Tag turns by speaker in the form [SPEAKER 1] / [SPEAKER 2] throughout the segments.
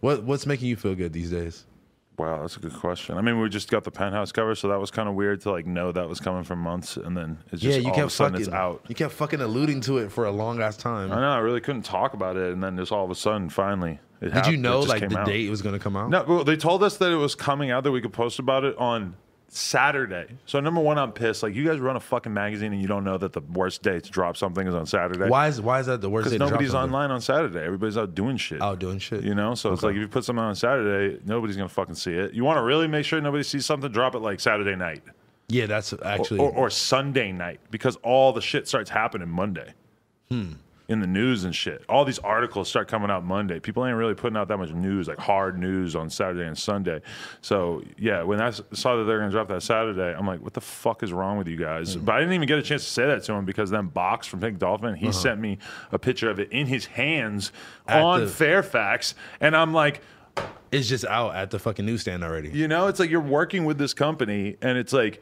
[SPEAKER 1] What What's making you feel good these days?
[SPEAKER 2] Wow, that's a good question. I mean, we just got the penthouse cover, so that was kind of weird to like know that was coming for months, and then it's just all of a sudden
[SPEAKER 1] fucking
[SPEAKER 2] it's out.
[SPEAKER 1] You kept fucking alluding to it for a long ass time.
[SPEAKER 2] I know. I really couldn't talk about it, and then just all of a sudden, finally, it
[SPEAKER 1] Did
[SPEAKER 2] happened.
[SPEAKER 1] you
[SPEAKER 2] It
[SPEAKER 1] know
[SPEAKER 2] just
[SPEAKER 1] like
[SPEAKER 2] came
[SPEAKER 1] the
[SPEAKER 2] out.
[SPEAKER 1] date it was gonna come out?
[SPEAKER 2] No, well, they told us that it was coming out that we could post about it on Saturday. So number one, I'm pissed. Like you guys run a fucking magazine and you don't know that the worst day to drop something is on Saturday.
[SPEAKER 1] Why is Why is that the worst? day
[SPEAKER 2] Because
[SPEAKER 1] to drop
[SPEAKER 2] nobody's
[SPEAKER 1] something? Oh,
[SPEAKER 2] online on Saturday. Everybody's out doing shit.
[SPEAKER 1] Out doing shit.
[SPEAKER 2] You know, so it's like if you put something on Saturday, nobody's gonna fucking see it. You want to really make sure nobody sees something, drop it like Saturday night
[SPEAKER 1] Yeah, that's actually.
[SPEAKER 2] or, or Sunday night because all the shit starts happening Monday.
[SPEAKER 1] Hmm.
[SPEAKER 2] In the news and shit, all these articles start coming out Monday. People ain't really putting out that much news, like hard news, on Saturday and Sunday. So yeah, when I s- saw that they're gonna drop that Saturday, I'm like, what the fuck is wrong with you guys?
[SPEAKER 1] Hmm.
[SPEAKER 2] But I didn't even get a chance to say that to him because then Box from Pink Dolphin, he sent me a picture of it in his hands
[SPEAKER 1] Uh-huh. At
[SPEAKER 2] on
[SPEAKER 1] the-
[SPEAKER 2] Fairfax, and I'm like,
[SPEAKER 1] it's just out at the fucking newsstand already.
[SPEAKER 2] you know, it's like you're working with this company, and it's like,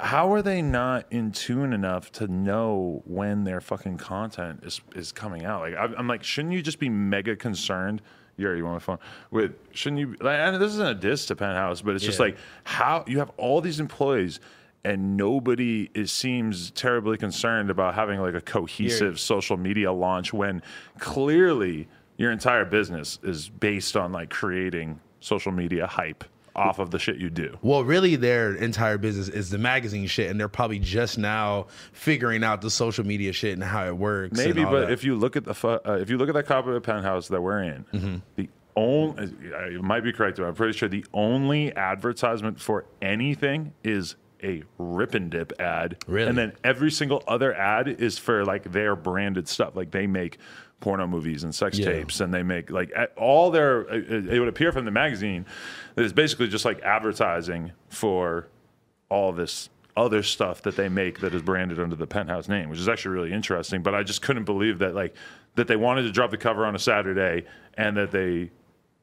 [SPEAKER 2] how are they not in tune enough to know when their fucking content is is coming out? Like, I'm, I'm like, shouldn't you just be mega concerned? Yeah, you want my phone? With shouldn't you? Like, and this isn't a diss to Penthouse, but it's just
[SPEAKER 1] Yeah.
[SPEAKER 2] like how you have all these employees. And nobody is, seems terribly concerned about having like a cohesive social media launch when clearly your entire business is based on like creating social media hype off of the shit you do.
[SPEAKER 1] Well, really, their entire business is the magazine shit, and they're probably just now figuring out the social media shit and how it works.
[SPEAKER 2] Maybe, but if you look at the fu- uh, if you look at that copy of the penthouse that we're in,
[SPEAKER 1] Mm-hmm.
[SPEAKER 2] the only it might be correct, but I'm pretty sure the only advertisement for anything is a rip and dip ad,
[SPEAKER 1] Really?
[SPEAKER 2] and then every single other ad is for like their branded stuff, like they make porno movies and sex
[SPEAKER 1] Yeah.
[SPEAKER 2] tapes and they make like a- all their uh, it it would appear from the magazine that it's basically just like advertising for all this other stuff that they make that is branded under the penthouse name, which is actually really interesting. But I just couldn't believe that like that they wanted to drop the cover on a Saturday and that they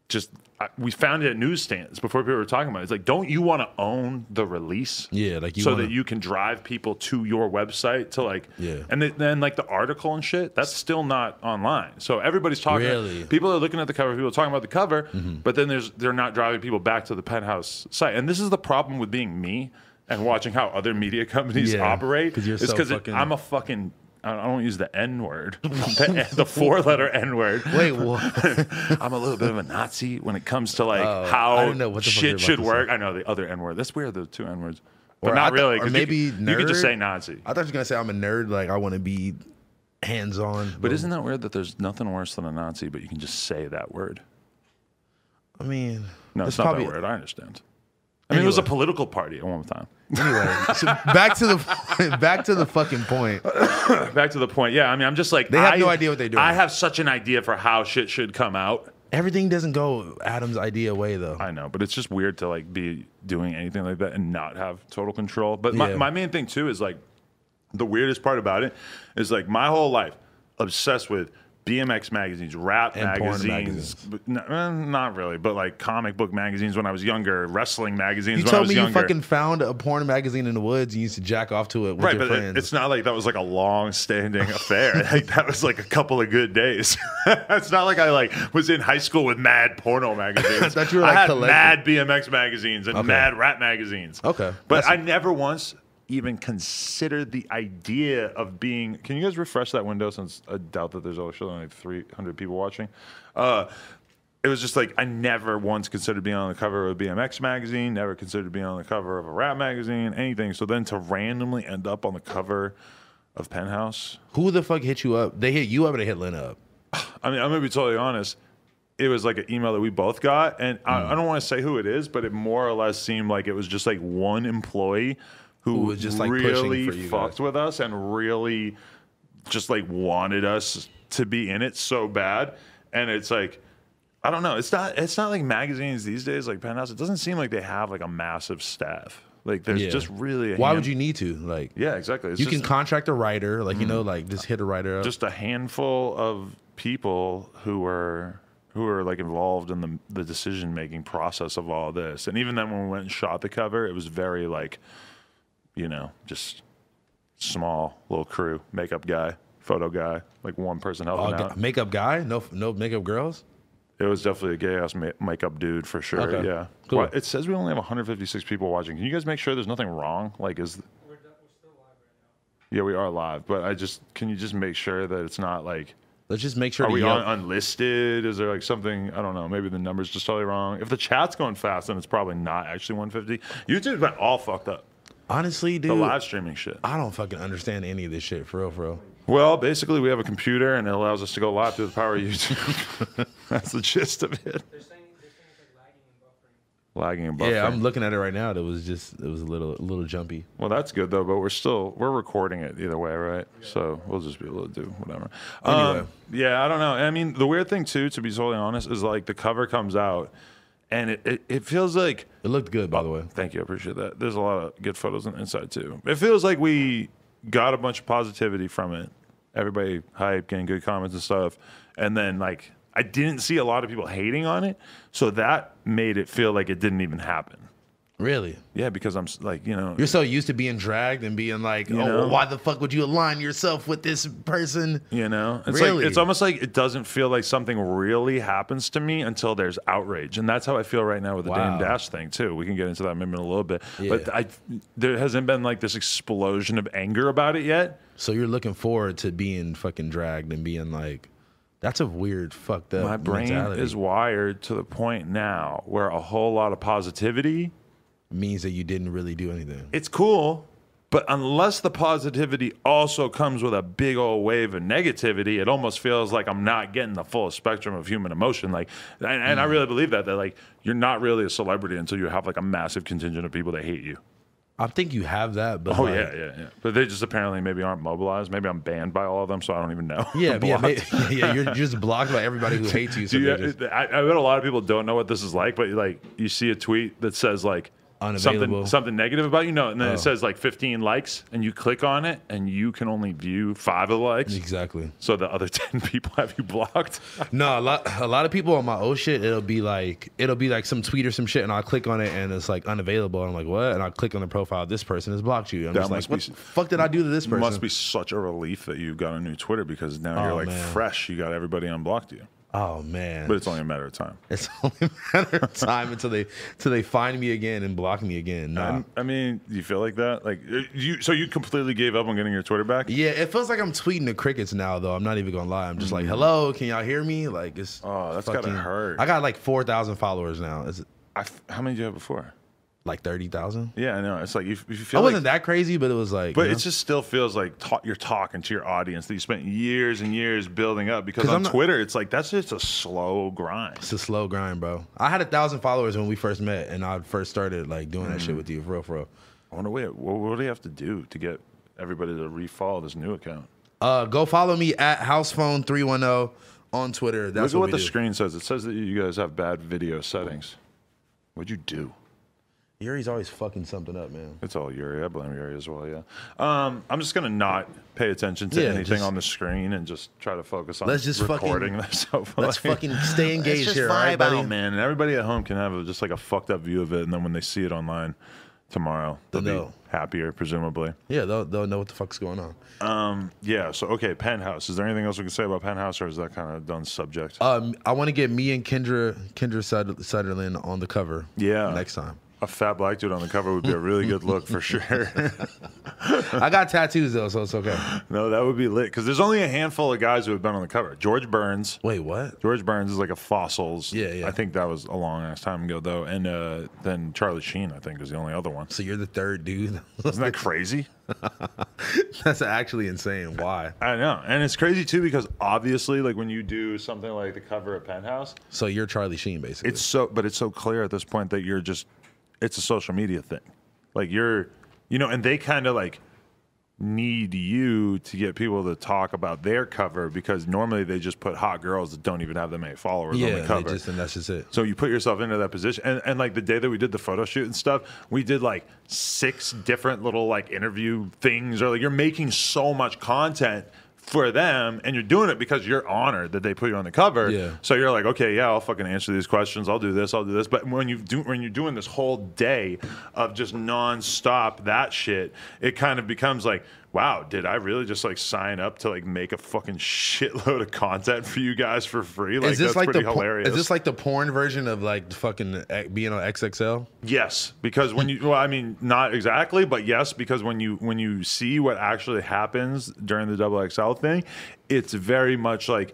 [SPEAKER 2] just I, we found it at newsstands before people were talking about it. It's like, don't you want to own the release?
[SPEAKER 1] Yeah, like, you
[SPEAKER 2] so
[SPEAKER 1] wanna-
[SPEAKER 2] that you can drive people to your website to like
[SPEAKER 1] Yeah.
[SPEAKER 2] and then- then like the article and shit that's still not online. So everybody's talking.
[SPEAKER 1] Really? Mm-hmm.
[SPEAKER 2] People are looking at the cover. People are talking about the cover, but then there's they're not driving people back to the penthouse site. And this is the problem with being me and watching how other media companies
[SPEAKER 1] Yeah,
[SPEAKER 2] operate.
[SPEAKER 1] 'cause you're
[SPEAKER 2] It's
[SPEAKER 1] so
[SPEAKER 2] it-
[SPEAKER 1] fucking-
[SPEAKER 2] I'm a fucking. I don't I don't use the N word, the, four letter N word.
[SPEAKER 1] wait, what?
[SPEAKER 2] I'm a little bit of a Nazi when it comes to like
[SPEAKER 1] Oh, I
[SPEAKER 2] how
[SPEAKER 1] didn't know what the fuck you were about
[SPEAKER 2] shit should
[SPEAKER 1] to say.
[SPEAKER 2] work. I know the other N word. That's weird. The two N words, but
[SPEAKER 1] Or I
[SPEAKER 2] not
[SPEAKER 1] thought-
[SPEAKER 2] really.
[SPEAKER 1] or
[SPEAKER 2] 'cause
[SPEAKER 1] maybe
[SPEAKER 2] you could, you could just
[SPEAKER 1] nerd?
[SPEAKER 2] say Nazi.
[SPEAKER 1] I thought you were gonna say I'm a nerd. Like I want to be hands on.
[SPEAKER 2] But isn't that weird that there's nothing worse than a Nazi, but you can just say that word?
[SPEAKER 1] I mean,
[SPEAKER 2] No,
[SPEAKER 1] that's
[SPEAKER 2] it's not that weird. I understand. I mean, it was a political party at one time.
[SPEAKER 1] Anyway, so back to the back to the fucking point.
[SPEAKER 2] Back to the point. Yeah, I mean, I'm just like
[SPEAKER 1] They have
[SPEAKER 2] I-
[SPEAKER 1] no idea what they're doing.
[SPEAKER 2] I have such an idea for how shit should come out.
[SPEAKER 1] Everything doesn't go Adam's idea way though.
[SPEAKER 2] I know, but it's just weird to like be doing anything like that and not have total control. But my,
[SPEAKER 1] Yeah.
[SPEAKER 2] my main thing too is like the weirdest part about it is like my whole life obsessed with BMX magazines, rap
[SPEAKER 1] And porn
[SPEAKER 2] magazines,
[SPEAKER 1] magazines.
[SPEAKER 2] But no- eh, not really, but like comic book magazines when I was younger, wrestling magazines
[SPEAKER 1] You
[SPEAKER 2] when I
[SPEAKER 1] told
[SPEAKER 2] was
[SPEAKER 1] me you
[SPEAKER 2] younger.
[SPEAKER 1] fucking found a porn magazine in the woods. and You used to jack off to it with
[SPEAKER 2] Right,
[SPEAKER 1] your
[SPEAKER 2] but it-
[SPEAKER 1] friends.
[SPEAKER 2] it's not like that was like a long-standing affair. like that was like a couple of good days. it's not like I like was in high school with mad porno magazines.
[SPEAKER 1] I thought you were, like,
[SPEAKER 2] I had
[SPEAKER 1] collecting.
[SPEAKER 2] mad BMX magazines and mad rap magazines.
[SPEAKER 1] Okay.
[SPEAKER 2] but
[SPEAKER 1] That's-
[SPEAKER 2] I never once even considered the idea of being. Can you guys refresh that window? Since I doubt that there's actually only 300 people watching. Uh, it was just like I never once considered being on the cover of a BMX magazine, never considered being on the cover of a rap magazine, anything. So then to randomly end up on the cover of Penthouse,
[SPEAKER 1] Who the fuck hit you up? They hit you up or they hit Lynn up?
[SPEAKER 2] I mean, I'm gonna be totally honest. It was like an email that we both got, and
[SPEAKER 1] Mm.
[SPEAKER 2] I, I don't want to say who it is, but it more or less seemed like it was just like one employee who,
[SPEAKER 1] was just, like, pushing
[SPEAKER 2] really
[SPEAKER 1] for you guys.
[SPEAKER 2] fucked with us and really just like wanted us to be in it so bad. And it's like, I don't know. It's not. It's not like magazines these days, like Penthouse. It doesn't seem like they have like a massive staff. Like there's
[SPEAKER 1] Yeah.
[SPEAKER 2] just really. A
[SPEAKER 1] Why
[SPEAKER 2] hand-
[SPEAKER 1] would you need to? Like,
[SPEAKER 2] Yeah, exactly. It's
[SPEAKER 1] you
[SPEAKER 2] just- Mm.
[SPEAKER 1] can contract a writer, like you know, like just hit a writer up.
[SPEAKER 2] just a handful of people who were who were like involved in the the decision making process of all this. And even then, when we went and shot the cover, it was very like, you know, just small little crew, makeup guy, photo guy, like one person helping
[SPEAKER 1] All
[SPEAKER 2] out.
[SPEAKER 1] gu- makeup guy, no, no makeup girls.
[SPEAKER 2] It was definitely a gay ass ma- makeup dude for sure.
[SPEAKER 1] Okay.
[SPEAKER 2] Yeah.
[SPEAKER 1] Cool.
[SPEAKER 2] Well, it says we only have 156 people watching. Can you guys make sure there's nothing wrong? Like, is. Yeah, we are live, but I just can you just make sure that it's not like
[SPEAKER 1] Let's just make sure.
[SPEAKER 2] Are
[SPEAKER 1] to
[SPEAKER 2] we
[SPEAKER 1] yell-
[SPEAKER 2] on unlisted? Is there like something? I don't know. Maybe the number's just totally wrong. If the chat's going fast, then it's probably not actually 150. YouTube got all fucked up.
[SPEAKER 1] Honestly, dude,
[SPEAKER 2] The live streaming shit.
[SPEAKER 1] I don't fucking understand any of this shit for real, for real.
[SPEAKER 2] Well, basically, we have a computer and it allows us to go live through the power of YouTube. That's the gist of it. Lagging and buffering.
[SPEAKER 1] Yeah, I'm looking at it right now. It was just, it was a little, a little jumpy.
[SPEAKER 2] well, that's good though. But we're still we're recording it either way, right? So we'll just be able to do whatever. Um,
[SPEAKER 1] Anyway.
[SPEAKER 2] yeah, I don't know. I mean, the weird thing too, to be totally honest, is like the cover comes out, and it, it, it feels like
[SPEAKER 1] It looked good, by the way.
[SPEAKER 2] Thank you. I appreciate that. There's a lot of good photos on the inside, too. It feels like we got a bunch of positivity from it. Everybody hype, getting good comments and stuff. And then, like, I didn't see a lot of people hating on it. So that made it feel like it didn't even happen.
[SPEAKER 1] Really,
[SPEAKER 2] Yeah, because I'm s- like, you know,
[SPEAKER 1] you're so used to being dragged and being like, oh,
[SPEAKER 2] know?
[SPEAKER 1] why the fuck would you align yourself with this person?
[SPEAKER 2] you know, it's
[SPEAKER 1] Really?
[SPEAKER 2] like it's almost like it doesn't feel like something really happens to me until there's outrage, and that's how I feel right now with the
[SPEAKER 1] Wow.
[SPEAKER 2] Dame Dash thing too. We can get into that maybe in a little bit, but I there hasn't been like this explosion of anger about it yet.
[SPEAKER 1] So you're looking forward to being fucking dragged and being like, that's a weird fucked up.
[SPEAKER 2] my brain
[SPEAKER 1] mentality.
[SPEAKER 2] is wired to the point now where a whole lot of positivity
[SPEAKER 1] means that you didn't really do anything.
[SPEAKER 2] it's cool but unless the positivity also comes with a big old wave of negativity it almost feels like i'm not getting the full spectrum of human emotion like and, and i
[SPEAKER 1] Hmm.
[SPEAKER 2] really believe that that like you're not really a celebrity until you have like a massive contingent of people that hate you
[SPEAKER 1] I think you have that, but
[SPEAKER 2] oh
[SPEAKER 1] like-
[SPEAKER 2] yeah yeah yeah but they just apparently maybe aren't mobilized maybe i'm banned by all of them so i don't even know
[SPEAKER 1] Yeah, but yeah,
[SPEAKER 2] Blocked.
[SPEAKER 1] may- yeah, you're just blocked by everybody who hates you. So
[SPEAKER 2] Do you,
[SPEAKER 1] they're just,
[SPEAKER 2] I, I bet a lot of people don't know what this is like, but like you see a tweet that says like
[SPEAKER 1] Unavailable.
[SPEAKER 2] something something negative about you, no, and then
[SPEAKER 1] Oh.
[SPEAKER 2] it says like 15 likes, and you click on it, and you can only view five of the likes.
[SPEAKER 1] exactly.
[SPEAKER 2] So the other 10 people have you blocked.
[SPEAKER 1] No, a lot, a lot of people on my old shit, it'll be like, it'll be like some tweet or some shit, and I'll click on it, and it's like unavailable. And I'm like, what? And I'll click on the profile. This person has blocked you. I'm
[SPEAKER 2] That
[SPEAKER 1] just like,
[SPEAKER 2] must
[SPEAKER 1] what
[SPEAKER 2] be-
[SPEAKER 1] the fuck did I do to this person?
[SPEAKER 2] Must be such a relief that you got a new Twitter because now you're
[SPEAKER 1] Oh,
[SPEAKER 2] like
[SPEAKER 1] man.
[SPEAKER 2] fresh. You got everybody unblocked you,
[SPEAKER 1] Oh man,
[SPEAKER 2] but it's only a matter of time.
[SPEAKER 1] it's only a matter of time until they, until they find me again and block me again. Nah.
[SPEAKER 2] I'm- I mean, you feel like that? Like uh, you? So you completely gave up on getting your Twitter back?
[SPEAKER 1] yeah, it feels like I'm tweeting the crickets now, though. I'm not even gonna lie. I'm just like, "Hello, can y'all hear me?" Like, it's
[SPEAKER 2] Mm-hmm. Oh, that's gotta hurt.
[SPEAKER 1] I got like four thousand followers now. It's
[SPEAKER 2] I f- how many did you have before?
[SPEAKER 1] like thirty thousand.
[SPEAKER 2] Yeah, I know. It's like you, you feel
[SPEAKER 1] I
[SPEAKER 2] like
[SPEAKER 1] wasn't that crazy, but it was like,
[SPEAKER 2] But it just still feels like ta- you're talking to your audience that you spent years and years building up. Because
[SPEAKER 1] 'Cause
[SPEAKER 2] on
[SPEAKER 1] I'm not-
[SPEAKER 2] Twitter, it's like that's just a slow grind.
[SPEAKER 1] It's a slow grind, bro. I had a thousand followers when we first met, and I first started like doing that
[SPEAKER 2] Mm.
[SPEAKER 1] shit with you, for real, for real.
[SPEAKER 2] I wonder what, what, what do you have to do to get everybody to refollow this new account?
[SPEAKER 1] Uh, go follow me at housephone310 on Twitter. That's
[SPEAKER 2] Look at
[SPEAKER 1] what,
[SPEAKER 2] what
[SPEAKER 1] we
[SPEAKER 2] the
[SPEAKER 1] do.
[SPEAKER 2] screen says. It says that you guys have bad video settings. What'd you do?
[SPEAKER 1] Yuri's always fucking something up, man.
[SPEAKER 2] It's all Yuri. I blame Yuri as well. Yeah. Um, I'm just gonna not pay attention to
[SPEAKER 1] Yeah,
[SPEAKER 2] anything
[SPEAKER 1] just-
[SPEAKER 2] on the screen and just try to focus on
[SPEAKER 1] Let's just fucking-
[SPEAKER 2] recording this. hopefully.
[SPEAKER 1] Let's fucking stay
[SPEAKER 2] It's
[SPEAKER 1] engaged
[SPEAKER 2] just
[SPEAKER 1] here, all
[SPEAKER 2] vibe
[SPEAKER 1] right, buddy?
[SPEAKER 2] out, man. And everybody at home can have a, just like a fucked up view of it, and then when they see it online tomorrow, they'll
[SPEAKER 1] They'll
[SPEAKER 2] be
[SPEAKER 1] know.
[SPEAKER 2] happier, presumably.
[SPEAKER 1] Yeah, they'll, they'll know what the fuck's going on.
[SPEAKER 2] Yeah. So okay, Penthouse. Is there anything else we can say about Penthouse, or is that kind of done subject?
[SPEAKER 1] Uh, Um, I want to get me and Kendra Kendra Suther- Sutherland on the cover.
[SPEAKER 2] Yeah.
[SPEAKER 1] next time.
[SPEAKER 2] A fat black dude on the cover would be a really good look for sure.
[SPEAKER 1] I got tattoos though, so it's okay.
[SPEAKER 2] no, that would be lit because there's only a handful of guys who have been on the cover. George Burns.
[SPEAKER 1] Wait, what?
[SPEAKER 2] George Burns is like a fossils.
[SPEAKER 1] Yeah, yeah.
[SPEAKER 2] I think that was a long ass time ago though. And uh, then Charlie Sheen, I think, is the only other one.
[SPEAKER 1] So you're the third dude?
[SPEAKER 2] Isn't that crazy?
[SPEAKER 1] That's actually insane. Why?
[SPEAKER 2] I know, and it's crazy too because obviously, like when you do something like the cover of Penthouse,
[SPEAKER 1] So you're Charlie Sheen, basically.
[SPEAKER 2] it's so but it's so clear at this point that you're just it's a social media thing like you're you know and they kind of like need you to get people to talk about their cover because normally they just put hot girls that don't even have that many followers on
[SPEAKER 1] yeah,
[SPEAKER 2] the
[SPEAKER 1] they
[SPEAKER 2] cover
[SPEAKER 1] just and that's just it.
[SPEAKER 2] so you put yourself into that position and, and like the day that we did the photo shoot and stuff we did like six different little like interview things or like you're making so much content for them and you're doing it because you're honored that they put you on the cover
[SPEAKER 1] Yeah.
[SPEAKER 2] so you're like okay yeah i'll fucking answer these questions i'll do this i'll do this but when you do when you're doing this whole day of just nonstop that shit it kind of becomes like wow did i really just like sign up to like make a fucking shitload of content for you guys for free like
[SPEAKER 1] is this
[SPEAKER 2] that's
[SPEAKER 1] like the
[SPEAKER 2] pretty
[SPEAKER 1] por-
[SPEAKER 2] hilarious
[SPEAKER 1] is this like the porn version of like the fucking eh, being on XXL?
[SPEAKER 2] Yes, because when you, well, I mean, not exactly, but yes, because when you when you see what actually happens during the double XL thing, it's very much like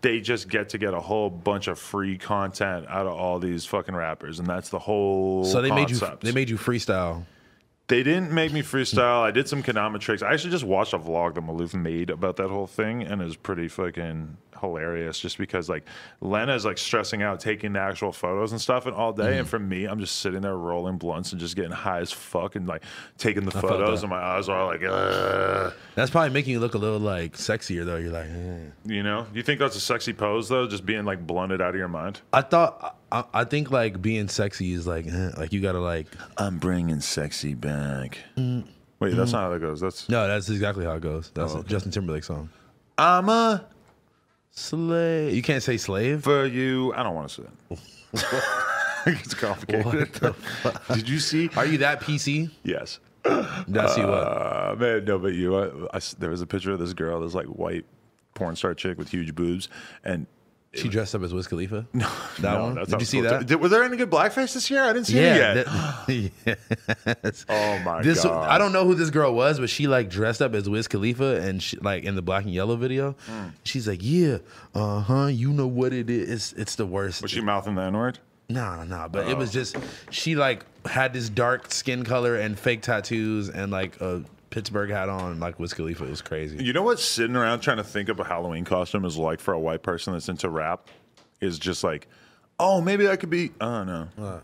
[SPEAKER 2] they just get to get a whole bunch of free content out of all these fucking rappers, and that's the whole.
[SPEAKER 1] So they
[SPEAKER 2] concept.
[SPEAKER 1] made you they made you freestyle.
[SPEAKER 2] They didn't make me freestyle. I did some Kanama tricks. I actually just watched a vlog that Maloof made about that whole thing, and it was pretty fucking hilarious. Just because like Lena's like stressing out taking the actual photos and stuff and all day, and for me, I'm just sitting there rolling blunts and just getting high as fuck and like taking the photos, and my eyes are all like, Ugh.
[SPEAKER 1] That's probably making you look a little like sexier though. You're like, eh.
[SPEAKER 2] you know. You think that's a sexy pose though? Just being like blunted out of your mind.
[SPEAKER 1] I thought I, I think like being sexy is like eh, like you gotta like
[SPEAKER 2] I'm bringing sexy back. Wait, that's not how that goes. That's
[SPEAKER 1] no. That's exactly how it goes. That's
[SPEAKER 2] Oh.
[SPEAKER 1] a Justin Timberlake song.
[SPEAKER 2] I'm a
[SPEAKER 1] Slave. You can't say slave.
[SPEAKER 2] for you. I don't want to say that. it's complicated. Did you see?
[SPEAKER 1] Are you that PC?
[SPEAKER 2] Yes.
[SPEAKER 1] That's you. Up.
[SPEAKER 2] Uh, man, no, but you. I- I s- there was a picture of this girl, this like white porn star chick with huge boobs, and
[SPEAKER 1] She dressed up as Wiz Khalifa. No, that
[SPEAKER 2] Uh, no,
[SPEAKER 1] one.
[SPEAKER 2] that's
[SPEAKER 1] Did
[SPEAKER 2] how
[SPEAKER 1] you
[SPEAKER 2] it's
[SPEAKER 1] see
[SPEAKER 2] supposed to-
[SPEAKER 1] that?
[SPEAKER 2] Did- was there any good blackface this year? I didn't see it yet.
[SPEAKER 1] that- yes.
[SPEAKER 2] Oh my
[SPEAKER 1] this,
[SPEAKER 2] God.
[SPEAKER 1] I don't know who this girl was, but she like dressed up as Wiz Khalifa and she, like in the black and yellow video.
[SPEAKER 2] Mm.
[SPEAKER 1] She's like, "Yeah, uh huh, you know what it is? It's, it's the worst."
[SPEAKER 2] was she Oh. mouthing the N word?
[SPEAKER 1] Nah, nah, but it was just she like had this dark skin color and fake tattoos and like a Pittsburgh hat on, and, like Wiz Khalifa. It was crazy.
[SPEAKER 2] You know what sitting around trying to think of a Halloween costume is like for a white person that's into rap is just like, oh, maybe I could be. Oh no.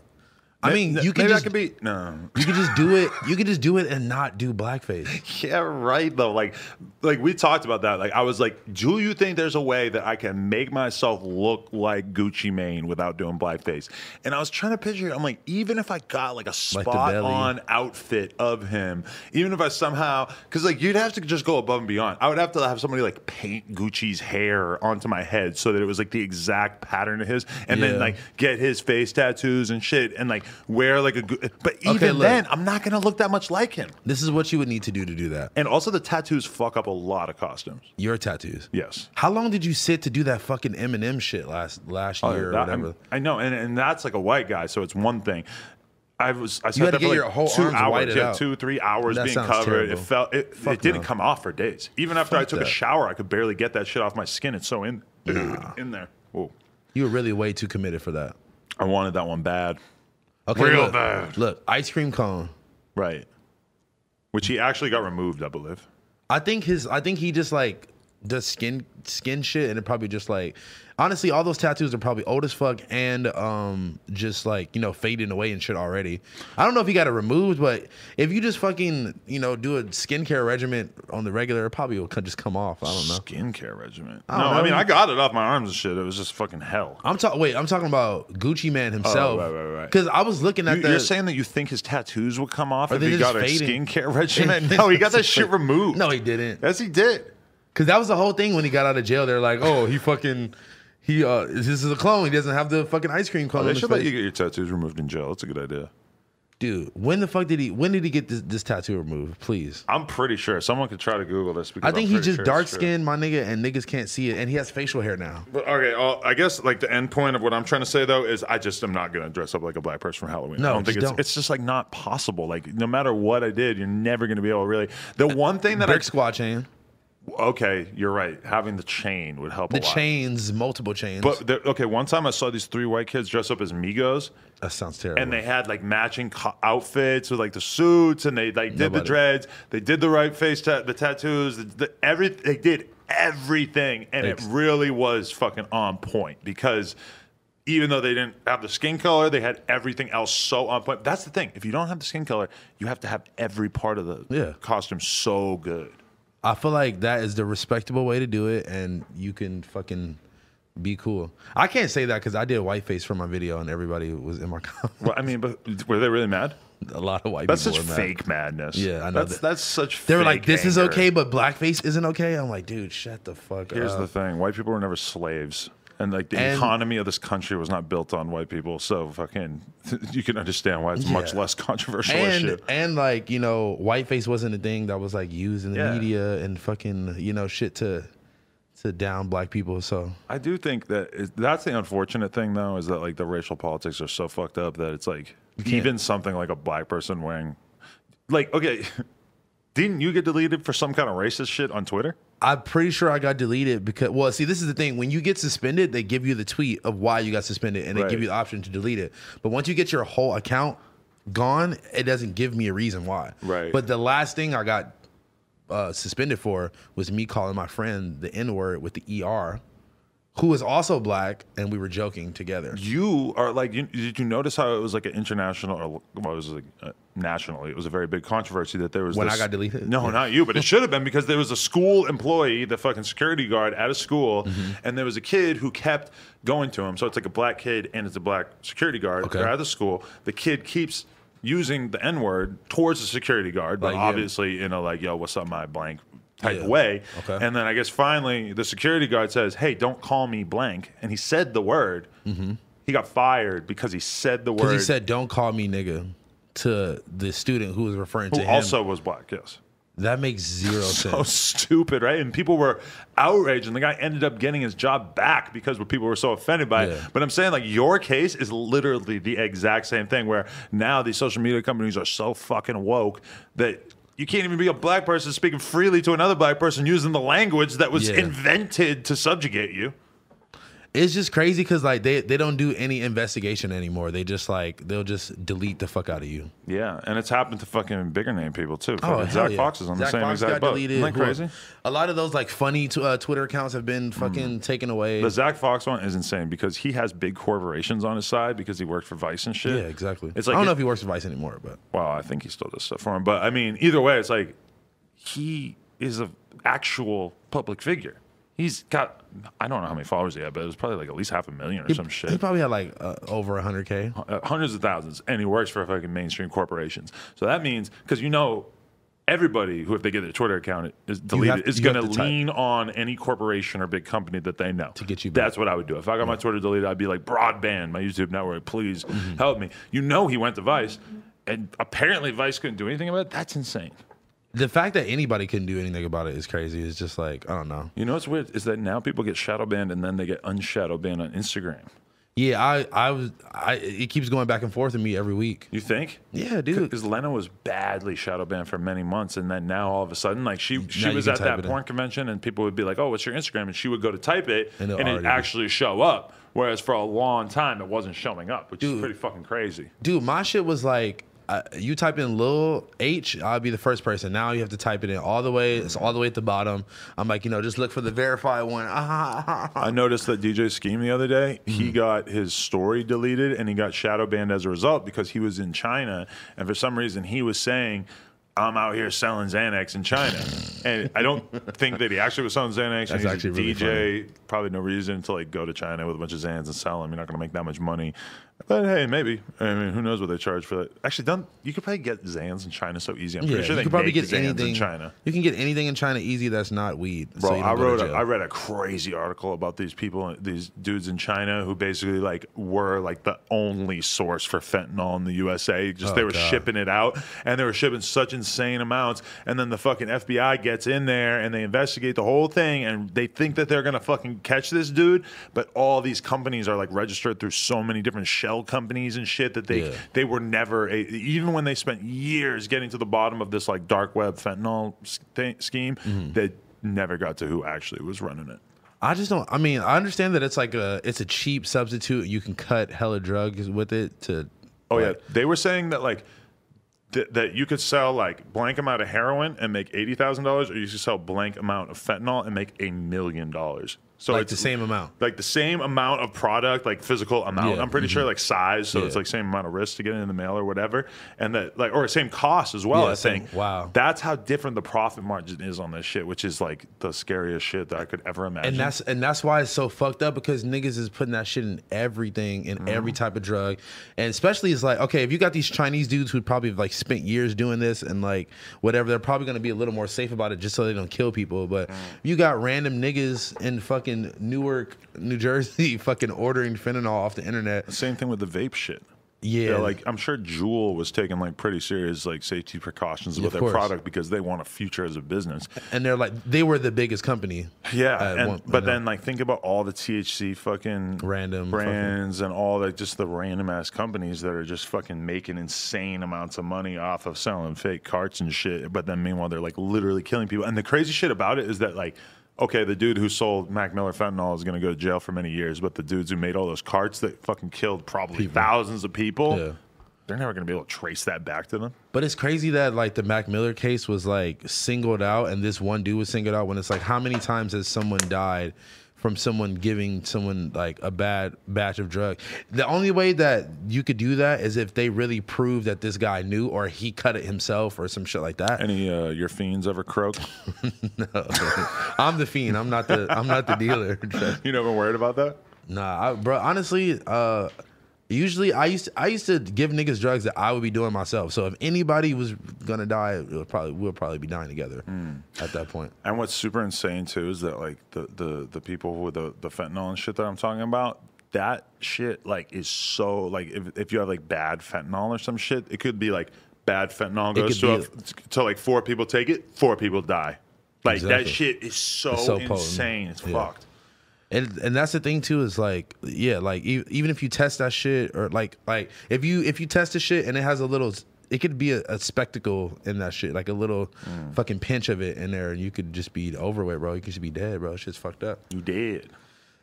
[SPEAKER 1] I mean, you can
[SPEAKER 2] maybe
[SPEAKER 1] just
[SPEAKER 2] I could be. No.
[SPEAKER 1] you could just do it. You could just do it and not do blackface.
[SPEAKER 2] Yeah, right though. Like like we talked about that. Like I was like, do you think there's a way that I can make myself look like Gucci Mane without doing blackface? And I was trying to picture it. I'm like, even if I got like a
[SPEAKER 1] Like
[SPEAKER 2] spot
[SPEAKER 1] the belly.
[SPEAKER 2] on outfit of him, even if I somehow cause like you'd have to just go above and beyond. I would have to have somebody like paint Gucci's hair onto my head so that it was like the exact pattern of his and
[SPEAKER 1] Yeah.
[SPEAKER 2] then like get his face tattoos and shit and like wear like a Gu- but even
[SPEAKER 1] look.
[SPEAKER 2] then I'm not gonna look that much like him.
[SPEAKER 1] This is what you would need to do to do that.
[SPEAKER 2] And also the tattoos fuck up a lot of costumes.
[SPEAKER 1] Your tattoos.
[SPEAKER 2] Yes.
[SPEAKER 1] How long did you sit to do that fucking Eminem shit last last year or
[SPEAKER 2] Oh, That- I'm-
[SPEAKER 1] whatever?
[SPEAKER 2] I know, and, and that's like a white guy, so it's one thing. I was I sat
[SPEAKER 1] had to
[SPEAKER 2] there
[SPEAKER 1] get
[SPEAKER 2] for
[SPEAKER 1] your
[SPEAKER 2] like
[SPEAKER 1] whole
[SPEAKER 2] two
[SPEAKER 1] arms
[SPEAKER 2] hours,
[SPEAKER 1] whited
[SPEAKER 2] yeah,
[SPEAKER 1] out.
[SPEAKER 2] two three hours
[SPEAKER 1] That
[SPEAKER 2] being
[SPEAKER 1] sounds
[SPEAKER 2] covered. It
[SPEAKER 1] terrible.
[SPEAKER 2] felt it,
[SPEAKER 1] Fuck
[SPEAKER 2] it didn't
[SPEAKER 1] no.
[SPEAKER 2] come off for days. Even after I
[SPEAKER 1] Fuck
[SPEAKER 2] took
[SPEAKER 1] that.
[SPEAKER 2] a shower, I could barely get that shit off my skin. It's so in in there. Whoa.
[SPEAKER 1] You were really way too committed for that.
[SPEAKER 2] I wanted that one bad.
[SPEAKER 1] Okay,
[SPEAKER 2] Real
[SPEAKER 1] look,
[SPEAKER 2] bad.
[SPEAKER 1] Look, ice cream cone.
[SPEAKER 2] Right. Which he actually got removed, I believe.
[SPEAKER 1] I think his. I think he just like does skin skin shit, and it probably just like honestly, all those tattoos are probably old as fuck, and um, just like you know fading away and shit already. I don't know if he got it removed, but if you just fucking you know do a skincare regimen on the regular, it probably will co- just come off. I don't know.
[SPEAKER 2] Skincare regimen.
[SPEAKER 1] don't
[SPEAKER 2] no, I
[SPEAKER 1] know.
[SPEAKER 2] mean I got it off my arms and shit. It was just fucking hell.
[SPEAKER 1] I'm talking. Wait, I'm talking about Gucci Man himself.
[SPEAKER 2] Oh, right, right, right.
[SPEAKER 1] Because I was looking at
[SPEAKER 2] You,
[SPEAKER 1] the.
[SPEAKER 2] you're saying that you think his tattoos would come off
[SPEAKER 1] Or
[SPEAKER 2] if
[SPEAKER 1] they
[SPEAKER 2] he
[SPEAKER 1] just
[SPEAKER 2] got a
[SPEAKER 1] fading.
[SPEAKER 2] skincare regimen? No, he got that shit removed.
[SPEAKER 1] no, he didn't.
[SPEAKER 2] yes, he did.
[SPEAKER 1] Cause that was the whole thing when he got out of jail. They're like, oh, he fucking, he uh, this is a clone. He doesn't have the fucking ice cream cone. on
[SPEAKER 2] Oh, They
[SPEAKER 1] his
[SPEAKER 2] should let
[SPEAKER 1] face.
[SPEAKER 2] you get your tattoos removed in jail. That's a good idea.
[SPEAKER 1] dude, when the fuck did he? When did he get this, this tattoo removed? Please.
[SPEAKER 2] I'm pretty sure someone could try to Google this because
[SPEAKER 1] I think
[SPEAKER 2] I'm
[SPEAKER 1] he's
[SPEAKER 2] pretty
[SPEAKER 1] just
[SPEAKER 2] sure it's
[SPEAKER 1] dark
[SPEAKER 2] true.
[SPEAKER 1] skinned, my nigga, and niggas can't see it. And he has facial hair now.
[SPEAKER 2] But, okay, I'll, I guess like the end point of what I'm trying to say though is I just am not gonna dress up like a black person for Halloween.
[SPEAKER 1] No,
[SPEAKER 2] I don't think
[SPEAKER 1] just
[SPEAKER 2] it's
[SPEAKER 1] don't.
[SPEAKER 2] it's just like not possible. Like no matter what I did, you're never gonna be able to really. The
[SPEAKER 1] Uh,
[SPEAKER 2] one thing that
[SPEAKER 1] Brick squad chain.
[SPEAKER 2] I okay, you're right. Having the chain would help
[SPEAKER 1] The
[SPEAKER 2] a lot.
[SPEAKER 1] chains, multiple chains.
[SPEAKER 2] But there, okay, one time I saw these three white kids dress up as Migos,
[SPEAKER 1] that sounds terrible.
[SPEAKER 2] and they had like matching co- outfits with like the suits, and they like did the
[SPEAKER 1] Nobody.
[SPEAKER 2] dreads, they did the right face, ta- the tattoos, the, the every they did everything, and
[SPEAKER 1] Ex-
[SPEAKER 2] it really was fucking on point because even though they didn't have the skin color, they had everything else so on point. That's the thing: if you don't have the skin color, you have to have every part of the
[SPEAKER 1] Yeah.
[SPEAKER 2] costume so good.
[SPEAKER 1] I feel like that is the respectable way to do it, and you can fucking be cool. I can't say that because I did whiteface for my video, and everybody was in my comments.
[SPEAKER 2] Well, I mean, but were they really mad?
[SPEAKER 1] A lot of white
[SPEAKER 2] That's
[SPEAKER 1] people
[SPEAKER 2] such
[SPEAKER 1] were mad.
[SPEAKER 2] fake madness.
[SPEAKER 1] Yeah, I know
[SPEAKER 2] That's
[SPEAKER 1] that-
[SPEAKER 2] that's such.
[SPEAKER 1] They were like,
[SPEAKER 2] fake
[SPEAKER 1] "This is
[SPEAKER 2] anger.
[SPEAKER 1] okay, but blackface isn't okay." I'm like, "Dude, shut the fuck
[SPEAKER 2] Here's
[SPEAKER 1] up."
[SPEAKER 2] the thing: white people were never slaves, and like the
[SPEAKER 1] Uh, And-
[SPEAKER 2] economy of this country was not built on white people. So fucking, you can understand why it's much
[SPEAKER 1] Yeah.
[SPEAKER 2] less controversial as
[SPEAKER 1] and
[SPEAKER 2] shit.
[SPEAKER 1] and like you know, whiteface wasn't a thing that was like used in the
[SPEAKER 2] Yeah.
[SPEAKER 1] media and fucking you know shit to to down black people. So
[SPEAKER 2] I do think that is, that's the unfortunate thing, though, is that like the racial politics are so fucked up that it's like even something like a black person wearing, like, okay, didn't you get deleted for some kind of racist shit on Twitter?
[SPEAKER 1] I'm pretty sure I got deleted because well, see, this is the thing. When you get suspended, they give you the tweet of why you got suspended, and they
[SPEAKER 2] Right.
[SPEAKER 1] give you the option to delete it. But once you get your whole account gone, it doesn't give me a reason why.
[SPEAKER 2] Right.
[SPEAKER 1] But the last thing I got uh, suspended for was me calling my friend the N word with the ER, who was also black, and we were joking together.
[SPEAKER 2] you are like you, did you notice how it was like an international or well, it was like uh, nationally it was a very big controversy that there was
[SPEAKER 1] When I
[SPEAKER 2] this-
[SPEAKER 1] got deleted?
[SPEAKER 2] no
[SPEAKER 1] Yeah.
[SPEAKER 2] not you but it should have been because there was a school employee the fucking security guard at a school
[SPEAKER 1] Mm-hmm.
[SPEAKER 2] and there was a kid who kept going to him so it's like a black kid and it's a black security guard
[SPEAKER 1] Okay.
[SPEAKER 2] they're at the school the kid keeps using the n word towards the security guard but
[SPEAKER 1] Like, yeah.
[SPEAKER 2] obviously in a like yo what's up my blank type
[SPEAKER 1] Yeah.
[SPEAKER 2] way
[SPEAKER 1] Okay.
[SPEAKER 2] and then i guess finally the security guard says hey don't call me blank and he said the word he got fired because he said the
[SPEAKER 1] Because
[SPEAKER 2] word.
[SPEAKER 1] he said, "Don't call me nigga." To the student who was referring
[SPEAKER 2] who
[SPEAKER 1] to him,
[SPEAKER 2] also was black. Yes.
[SPEAKER 1] that makes zero
[SPEAKER 2] So
[SPEAKER 1] sense.
[SPEAKER 2] stupid, right? And people were outraged, and the guy ended up getting his job back because people were so offended by
[SPEAKER 1] Yeah.
[SPEAKER 2] it. But I'm saying, like, your case is literally the exact same thing where now these social media companies are so fucking woke that you can't even be a black person speaking freely to another black person using the language that was
[SPEAKER 1] Yeah.
[SPEAKER 2] invented to subjugate you.
[SPEAKER 1] It's just crazy because like they they don't do any investigation anymore. They just like they'll just delete the fuck out of you.
[SPEAKER 2] Yeah, and it's happened to fucking bigger name people too. Fucking Zach Oh, Fox is on the
[SPEAKER 1] Oh, Zach
[SPEAKER 2] same
[SPEAKER 1] Fox
[SPEAKER 2] exact
[SPEAKER 1] got
[SPEAKER 2] boat.
[SPEAKER 1] deleted.
[SPEAKER 2] Isn't that
[SPEAKER 1] Who-
[SPEAKER 2] crazy? Hmm.
[SPEAKER 1] A lot of those like funny t- uh, Twitter accounts have been fucking taken away.
[SPEAKER 2] The Zach Fox one is insane because he has big corporations on his side because he worked for Vice and shit.
[SPEAKER 1] yeah, exactly.
[SPEAKER 2] It's like
[SPEAKER 1] I don't know if he works for Vice anymore, but
[SPEAKER 2] Well, I think he still does stuff for him, but I mean, either way, it's like he is a actual public figure. He's got I don't know how many followers he had, but it was probably like at least half a million or some
[SPEAKER 1] he
[SPEAKER 2] shit.
[SPEAKER 1] probably had like uh, over hundred k.
[SPEAKER 2] Uh, hundreds of thousands, and he works for fucking mainstream corporations. So that means because you know everybody who if they get their Twitter account is deleted
[SPEAKER 1] have-
[SPEAKER 2] is
[SPEAKER 1] you have
[SPEAKER 2] going to
[SPEAKER 1] to type.
[SPEAKER 2] lean on any corporation or big company that they know to
[SPEAKER 1] get you back.
[SPEAKER 2] That's what I would do if I got my Twitter deleted. I'd be like broadband, my YouTube network, please
[SPEAKER 1] Mm-hmm.
[SPEAKER 2] help me. You know he went to Vice, and apparently Vice couldn't do anything about it. That's insane.
[SPEAKER 1] The fact that anybody couldn't do anything about it is crazy. It's just like I don't know.
[SPEAKER 2] You know what's weird is that now people get shadow banned and then they get unshadow banned on Instagram.
[SPEAKER 1] Yeah, I I was I it keeps going back and forth with me every week.
[SPEAKER 2] You think?
[SPEAKER 1] Yeah, dude.
[SPEAKER 2] Because Lena was badly shadow banned for many months, and then now all of a sudden, like she she
[SPEAKER 1] you
[SPEAKER 2] was
[SPEAKER 1] can
[SPEAKER 2] at
[SPEAKER 1] type
[SPEAKER 2] that
[SPEAKER 1] it in.
[SPEAKER 2] porn convention, and people would be like, "Oh, what's your Instagram?" and she would go to type it,
[SPEAKER 1] And
[SPEAKER 2] and,
[SPEAKER 1] it'll
[SPEAKER 2] it
[SPEAKER 1] already be-
[SPEAKER 2] actually show up. Whereas for a long time, it wasn't showing up, which is pretty fucking crazy.
[SPEAKER 1] Dude, my shit was like, uh, you type in Lil H, I'll be the first person. Now you have to type it in all the way. It's all the way at the bottom. I'm like, you know, just look for the verified one.
[SPEAKER 2] I noticed that DJ Scheme the other day,
[SPEAKER 1] Hmm.
[SPEAKER 2] he got his story deleted and he got shadow banned as a result because he was in China, and for some reason he was saying, "I'm out here selling Xanax in China." and I don't think that he actually was selling Xanax.
[SPEAKER 1] That's
[SPEAKER 2] and he's
[SPEAKER 1] actually
[SPEAKER 2] a
[SPEAKER 1] really
[SPEAKER 2] DJ. Probably no reason to like go to China with a bunch of Xans and sell them. You're not going to make that much money. But hey, maybe. I mean, who knows what they charge for that? Actually, don't you could probably get Xans in China so easy. I'm pretty sure they
[SPEAKER 1] you can probably
[SPEAKER 2] make
[SPEAKER 1] get
[SPEAKER 2] Xans
[SPEAKER 1] anything
[SPEAKER 2] in China.
[SPEAKER 1] You can get anything in China easy that's not weed. so
[SPEAKER 2] Bro,
[SPEAKER 1] you don't go
[SPEAKER 2] I
[SPEAKER 1] to
[SPEAKER 2] wrote, a,
[SPEAKER 1] jail.
[SPEAKER 2] I read a crazy article about these people, these dudes in China who basically like were like the only source for fentanyl in the USA.
[SPEAKER 1] Oh,
[SPEAKER 2] Just they were shipping it out, and they were shipping such insane amounts. And then the fucking FBI gets in there and they investigate the whole thing, and they think that they're gonna fucking catch this dude, but all these companies are like registered through so many different shell companies and shit that they
[SPEAKER 1] Yeah.
[SPEAKER 2] they were never a, even when they spent years getting to the bottom of this like dark web fentanyl s- thing, scheme they never got to who actually was running it
[SPEAKER 1] I just don't. I mean, I understand that it's like a it's a cheap substitute. You can cut hella drugs with it to.
[SPEAKER 2] oh yeah they were saying that like th- that you could sell like blank amount of heroin and make $80000 or you could sell blank amount of fentanyl and make a million dollars so
[SPEAKER 1] Like
[SPEAKER 2] it's
[SPEAKER 1] the same amount.
[SPEAKER 2] like the same amount of product like physical amount
[SPEAKER 1] Yeah, Mm-hmm.
[SPEAKER 2] i'm pretty sure like size so it's
[SPEAKER 1] Yeah.
[SPEAKER 2] like same amount of risk to get it in the mail or whatever and that like or same cost as well
[SPEAKER 1] Yeah,
[SPEAKER 2] i
[SPEAKER 1] same-
[SPEAKER 2] think
[SPEAKER 1] wow.
[SPEAKER 2] that's how different the profit margin is on this shit which is like the scariest shit that i could ever imagine
[SPEAKER 1] And that's and that's why it's so fucked up because niggas is putting that shit in everything in
[SPEAKER 2] Mm-hmm.
[SPEAKER 1] every type of drug, and especially it's like okay if you got these Chinese dudes who probably have like spent years doing this and like whatever they're probably gonna be a little more safe about it just so they don't kill people. But
[SPEAKER 2] Mm.
[SPEAKER 1] you got random niggas in fucking Newark, New Jersey, fucking ordering fentanyl off the internet.
[SPEAKER 2] same thing with the vape shit
[SPEAKER 1] Yeah,
[SPEAKER 2] They're like I'm sure Juul was taking like pretty serious like safety precautions with
[SPEAKER 1] of
[SPEAKER 2] their
[SPEAKER 1] course.
[SPEAKER 2] product because they want a future as a business.
[SPEAKER 1] and they're like they were the biggest company.
[SPEAKER 2] Yeah,
[SPEAKER 1] at
[SPEAKER 2] and,
[SPEAKER 1] one-
[SPEAKER 2] but
[SPEAKER 1] you know.
[SPEAKER 2] then like think about all the THC fucking
[SPEAKER 1] Random fucking-
[SPEAKER 2] brands and all the just the random ass companies that are just fucking making insane amounts of money off of selling fake carts and shit. But then meanwhile they're like literally killing people. And the crazy shit about it is that like. Okay, the dude who sold Mac Miller fentanyl is going to go to jail for many years, but the dudes who made all those carts that fucking killed probably thousands of people,
[SPEAKER 1] Yeah.
[SPEAKER 2] they're never going to be able to trace that back to them.
[SPEAKER 1] But it's crazy that like the Mac Miller case was like singled out, and this one dude was singled out. When it's like, how many times has someone died from someone giving someone like a bad batch of drug? The only way that you could do that is if they really prove that this guy knew, or he cut it himself, or some shit like that.
[SPEAKER 2] Any uh, your fiends ever croak?
[SPEAKER 1] I'm the fiend. I'm not the. I'm not the dealer.
[SPEAKER 2] you never worried about that?
[SPEAKER 1] Nah, I, bro. Honestly, uh, usually I used to, I used to give niggas drugs that I would be doing myself. So if anybody was gonna die, it would probably we'll probably be dying together at that point.
[SPEAKER 2] And what's super insane too is that like the the the people with the the fentanyl and shit that I'm talking about, that shit like is so like if if you have like bad fentanyl or some shit, it could be like bad fentanyl
[SPEAKER 1] It
[SPEAKER 2] goes to
[SPEAKER 1] could
[SPEAKER 2] a, to like four people take it, four people die. Like that
[SPEAKER 1] Exactly.
[SPEAKER 2] shit is so,
[SPEAKER 1] It's so potent.
[SPEAKER 2] insane. It's
[SPEAKER 1] Yeah.
[SPEAKER 2] fucked.
[SPEAKER 1] And and that's the thing too is like yeah like e- even if you test that shit or like like if you if you test the shit and it has a little it could be a, a spectacle in that shit like a little
[SPEAKER 2] Mm.
[SPEAKER 1] fucking pinch of it in there and you could just be overweight bro you could just be dead bro shit's fucked up
[SPEAKER 2] You did.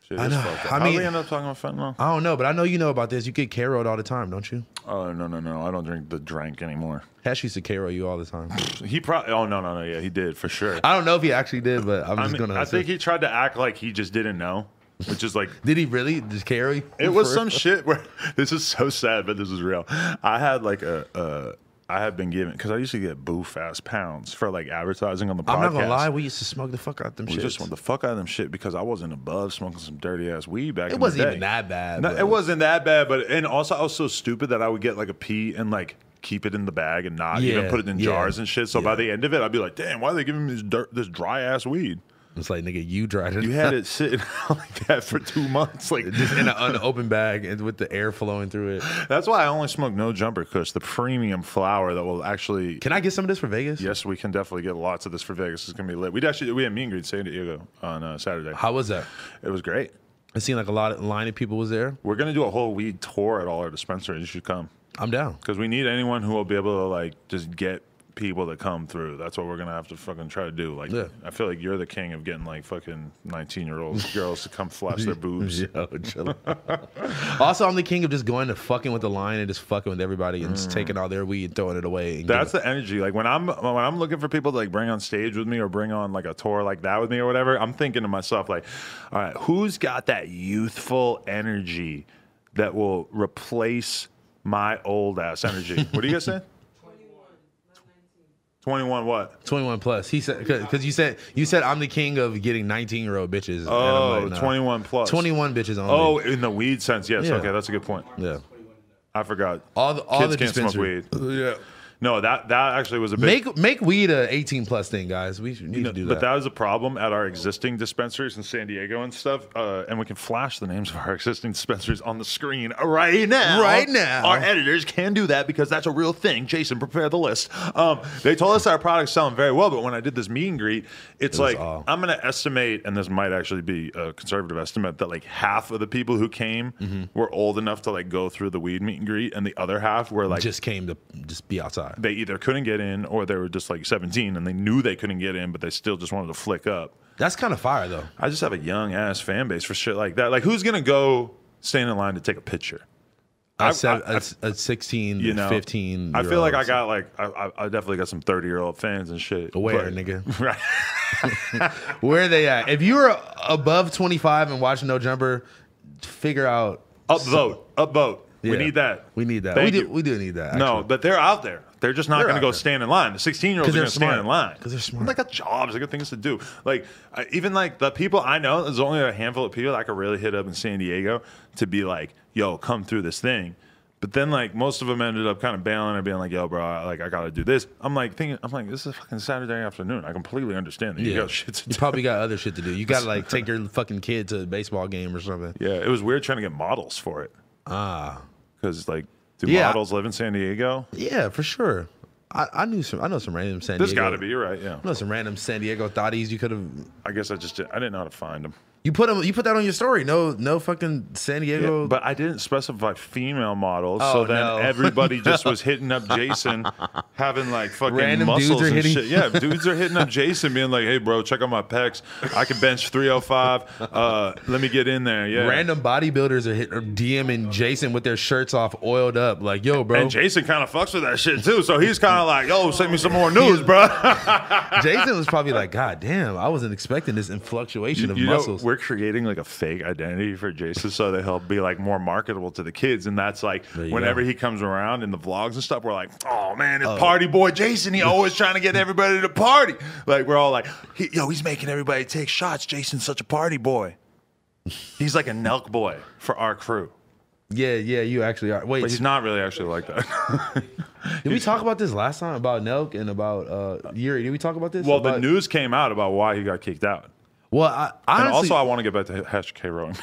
[SPEAKER 2] Shit
[SPEAKER 1] I
[SPEAKER 2] is
[SPEAKER 1] know.
[SPEAKER 2] fucked up.
[SPEAKER 1] I
[SPEAKER 2] How do
[SPEAKER 1] mean-
[SPEAKER 2] we end up talking about fentanyl?
[SPEAKER 1] I don't know but I know you know about this you get K-rolled all the time don't you
[SPEAKER 2] Oh no no no! I don't drink the drink anymore.
[SPEAKER 1] Hesh used to K-roll you all the time
[SPEAKER 2] He probably. Oh no no no! Yeah, he did for sure.
[SPEAKER 1] I don't know if he actually did but I'm
[SPEAKER 2] I,
[SPEAKER 1] just
[SPEAKER 2] mean,
[SPEAKER 1] gonna
[SPEAKER 2] I
[SPEAKER 1] assume.
[SPEAKER 2] think he tried to act like he just didn't know, which is like
[SPEAKER 1] did he really just carry
[SPEAKER 2] it was some shit where this is so sad, but this is real. I had like a, a I had been given because I used to get boo fast pounds for like advertising on the podcast.
[SPEAKER 1] I'm not gonna lie we used to smoke the fuck out them
[SPEAKER 2] We
[SPEAKER 1] shit
[SPEAKER 2] just want the fuck out of them shit because I wasn't above smoking some dirty ass weed back. in the
[SPEAKER 1] wasn't
[SPEAKER 2] day.
[SPEAKER 1] even that bad,
[SPEAKER 2] No,
[SPEAKER 1] but-
[SPEAKER 2] it wasn't that bad, but and also I was so stupid that I would get like a pee and like keep it in the bag and not even
[SPEAKER 1] Yeah,
[SPEAKER 2] put it in
[SPEAKER 1] yeah,
[SPEAKER 2] jars and shit. So by the end of it, I'd be like, damn, why are they giving me this dirt, this dry ass weed?
[SPEAKER 1] it's like nigga you dried it
[SPEAKER 2] You had it sitting like that for two months, like
[SPEAKER 1] just in an unopened bag and with the air flowing through it.
[SPEAKER 2] That's why I only smoke no jumper kush, the premium flower that will actually.
[SPEAKER 1] Can I get some of this for Vegas?
[SPEAKER 2] Yes, we can definitely get lots of this for Vegas. It's gonna be lit. We would actually we had meet and greet in San Diego on uh, Saturday.
[SPEAKER 1] How was that?
[SPEAKER 2] It was great.
[SPEAKER 1] It seemed like a lot of line of people was there.
[SPEAKER 2] We're gonna do a whole weed tour at all our dispensaries. You should come
[SPEAKER 1] I'm down.
[SPEAKER 2] because we need anyone who will be able to like just get people to come through. That's what we're gonna have to fucking try to do. Like,
[SPEAKER 1] Yeah.
[SPEAKER 2] I feel like you're the king of getting like fucking nineteen year old girls to come flash their boobs.
[SPEAKER 1] Yo, chill out. also, I'm the king of just going to fucking with the line and just fucking with everybody and just taking all their weed and throwing it away. And
[SPEAKER 2] That's the energy. Like when I'm when I'm looking for people to like bring on stage with me or bring on like a tour like that with me or whatever, I'm thinking to myself like, all right, who's got that youthful energy that will replace my old ass energy? what do you guys say? 21, 21 what?
[SPEAKER 1] 21 plus. He said because you said you said I'm the king of getting 19 year old bitches. and I'm
[SPEAKER 2] Oh,
[SPEAKER 1] like, nah.
[SPEAKER 2] 21 plus.
[SPEAKER 1] 21 bitches only.
[SPEAKER 2] Oh, in the weed sense, yes.
[SPEAKER 1] Yeah.
[SPEAKER 2] Okay, that's a good point.
[SPEAKER 1] yeah.
[SPEAKER 2] I forgot.
[SPEAKER 1] All the all
[SPEAKER 2] Kids
[SPEAKER 1] the
[SPEAKER 2] can't smoke
[SPEAKER 1] dispensary- Yeah.
[SPEAKER 2] No, that that actually was a big.
[SPEAKER 1] Make make weed a 18 plus thing, guys. We should need to do that.
[SPEAKER 2] But that was a problem at our existing dispensaries in San Diego and stuff. Uh, and we can flash the names of our existing dispensaries on the screen right now.
[SPEAKER 1] Right now.
[SPEAKER 2] Our editors can do that because that's a real thing. Jason, prepare the list. Um, they told us our product's selling very well, but when I did this meet and greet, it's
[SPEAKER 1] was
[SPEAKER 2] like
[SPEAKER 1] all-
[SPEAKER 2] I'm going to estimate, and this might actually be a conservative estimate, that like half of the people who came
[SPEAKER 1] Mm-hmm.
[SPEAKER 2] were old enough to like go through the weed meet and greet, and the other half were like
[SPEAKER 1] just came to just be outside.
[SPEAKER 2] they either couldn't get in or they were just like 17 and they knew they couldn't get in, but they still just wanted to flick up.
[SPEAKER 1] That's kind of fire though.
[SPEAKER 2] I just have a young ass fan base for shit like that. Like, who's gonna go stand in line to take a picture?
[SPEAKER 1] I,
[SPEAKER 2] I-
[SPEAKER 1] said
[SPEAKER 2] I-
[SPEAKER 1] a- a 16,
[SPEAKER 2] You know,
[SPEAKER 1] 15.
[SPEAKER 2] I
[SPEAKER 1] year
[SPEAKER 2] feel like I
[SPEAKER 1] olds.
[SPEAKER 2] got like I, I, I definitely got some thirty year old fans and shit.
[SPEAKER 1] Where,
[SPEAKER 2] but-
[SPEAKER 1] nigga?
[SPEAKER 2] Right.
[SPEAKER 1] Where are they at? If you're above 25 and watching No Jumper, figure out.
[SPEAKER 2] Upvote, upvote.
[SPEAKER 1] Yeah.
[SPEAKER 2] We need that.
[SPEAKER 1] We need that.
[SPEAKER 2] Thank
[SPEAKER 1] we do.
[SPEAKER 2] you.
[SPEAKER 1] We do need that.
[SPEAKER 2] No,
[SPEAKER 1] actually.
[SPEAKER 2] but they're out there. They're just not
[SPEAKER 1] They're
[SPEAKER 2] going
[SPEAKER 1] out
[SPEAKER 2] to go
[SPEAKER 1] there.
[SPEAKER 2] stand in line. The 16 year olds
[SPEAKER 1] 'Cause
[SPEAKER 2] are
[SPEAKER 1] they're
[SPEAKER 2] going to stand
[SPEAKER 1] smart.
[SPEAKER 2] in line.
[SPEAKER 1] 'Cause they're smart.
[SPEAKER 2] They got jobs. They got things to do. Like, I, even like the people I know, there's only a handful of people that I could really hit up in San Diego to be like, yo, come through this thing. But then, like, most of them ended up kind of bailing or being like, yo, bro, I, like, I got to do this. I'm like, thinking, I'm like, this is fucking Saturday afternoon. I completely understand that you
[SPEAKER 1] Yeah.
[SPEAKER 2] got shit to
[SPEAKER 1] you
[SPEAKER 2] do.
[SPEAKER 1] probably got other shit to do. You got to like take your fucking kid to a baseball game or something.
[SPEAKER 2] yeah, it was weird trying to get models for it.
[SPEAKER 1] Ah,
[SPEAKER 2] Because, like, do
[SPEAKER 1] Yeah.
[SPEAKER 2] models live in San Diego?
[SPEAKER 1] yeah, for sure. I, I knew some. I know some random San
[SPEAKER 2] There's
[SPEAKER 1] Diego.
[SPEAKER 2] got to be. You're right. Yeah.
[SPEAKER 1] I know some random San Diego thotties. You could have.
[SPEAKER 2] I guess I just did, I didn't know how to find them.
[SPEAKER 1] You put 'em- You put that on your story. No, no fucking San
[SPEAKER 2] Yeah,
[SPEAKER 1] Diego.
[SPEAKER 2] but I didn't specify female models,
[SPEAKER 1] Oh,
[SPEAKER 2] so then
[SPEAKER 1] no.
[SPEAKER 2] everybody just was hitting up Jason, having like fucking
[SPEAKER 1] Random
[SPEAKER 2] muscles
[SPEAKER 1] dudes are
[SPEAKER 2] and
[SPEAKER 1] hitting-
[SPEAKER 2] shit. Yeah, dudes are hitting up Jason, being like, "Hey, bro, check out my pecs. I can bench 305. Uh, let me get in there." Yeah,
[SPEAKER 1] Random bodybuilders are hit, are DMing Jason with their shirts off, oiled up. Like, yo, bro,
[SPEAKER 2] And Jason kind of fucks with that shit too, so he's kind of like, "Yo, send me some more news, bro."
[SPEAKER 1] Jason was probably like, God damn, I wasn't expecting this influctuation of
[SPEAKER 2] You know,
[SPEAKER 1] muscles.
[SPEAKER 2] we're creating like a fake identity for Jason so that he'll be like more marketable to the kids. And that's like
[SPEAKER 1] you
[SPEAKER 2] whenever
[SPEAKER 1] go.
[SPEAKER 2] he comes around in the vlogs and stuff, we're like, oh man, it's party boy Jason. He always trying to get everybody to party. Like we're all like, he, yo, he's making everybody take shots. Jason's such a party boy. He's like a Nelk boy for our crew.
[SPEAKER 1] yeah, yeah, you actually are. Wait,
[SPEAKER 2] But he's not really actually like that.
[SPEAKER 1] did we talk about this last time about Nelk and about uh Yuri? Did we talk about this?
[SPEAKER 2] well, the
[SPEAKER 1] About-
[SPEAKER 2] news came out about why he got kicked out.
[SPEAKER 1] Well, I,
[SPEAKER 2] And
[SPEAKER 1] honestly,
[SPEAKER 2] also, I want to get back to Hash K rowing.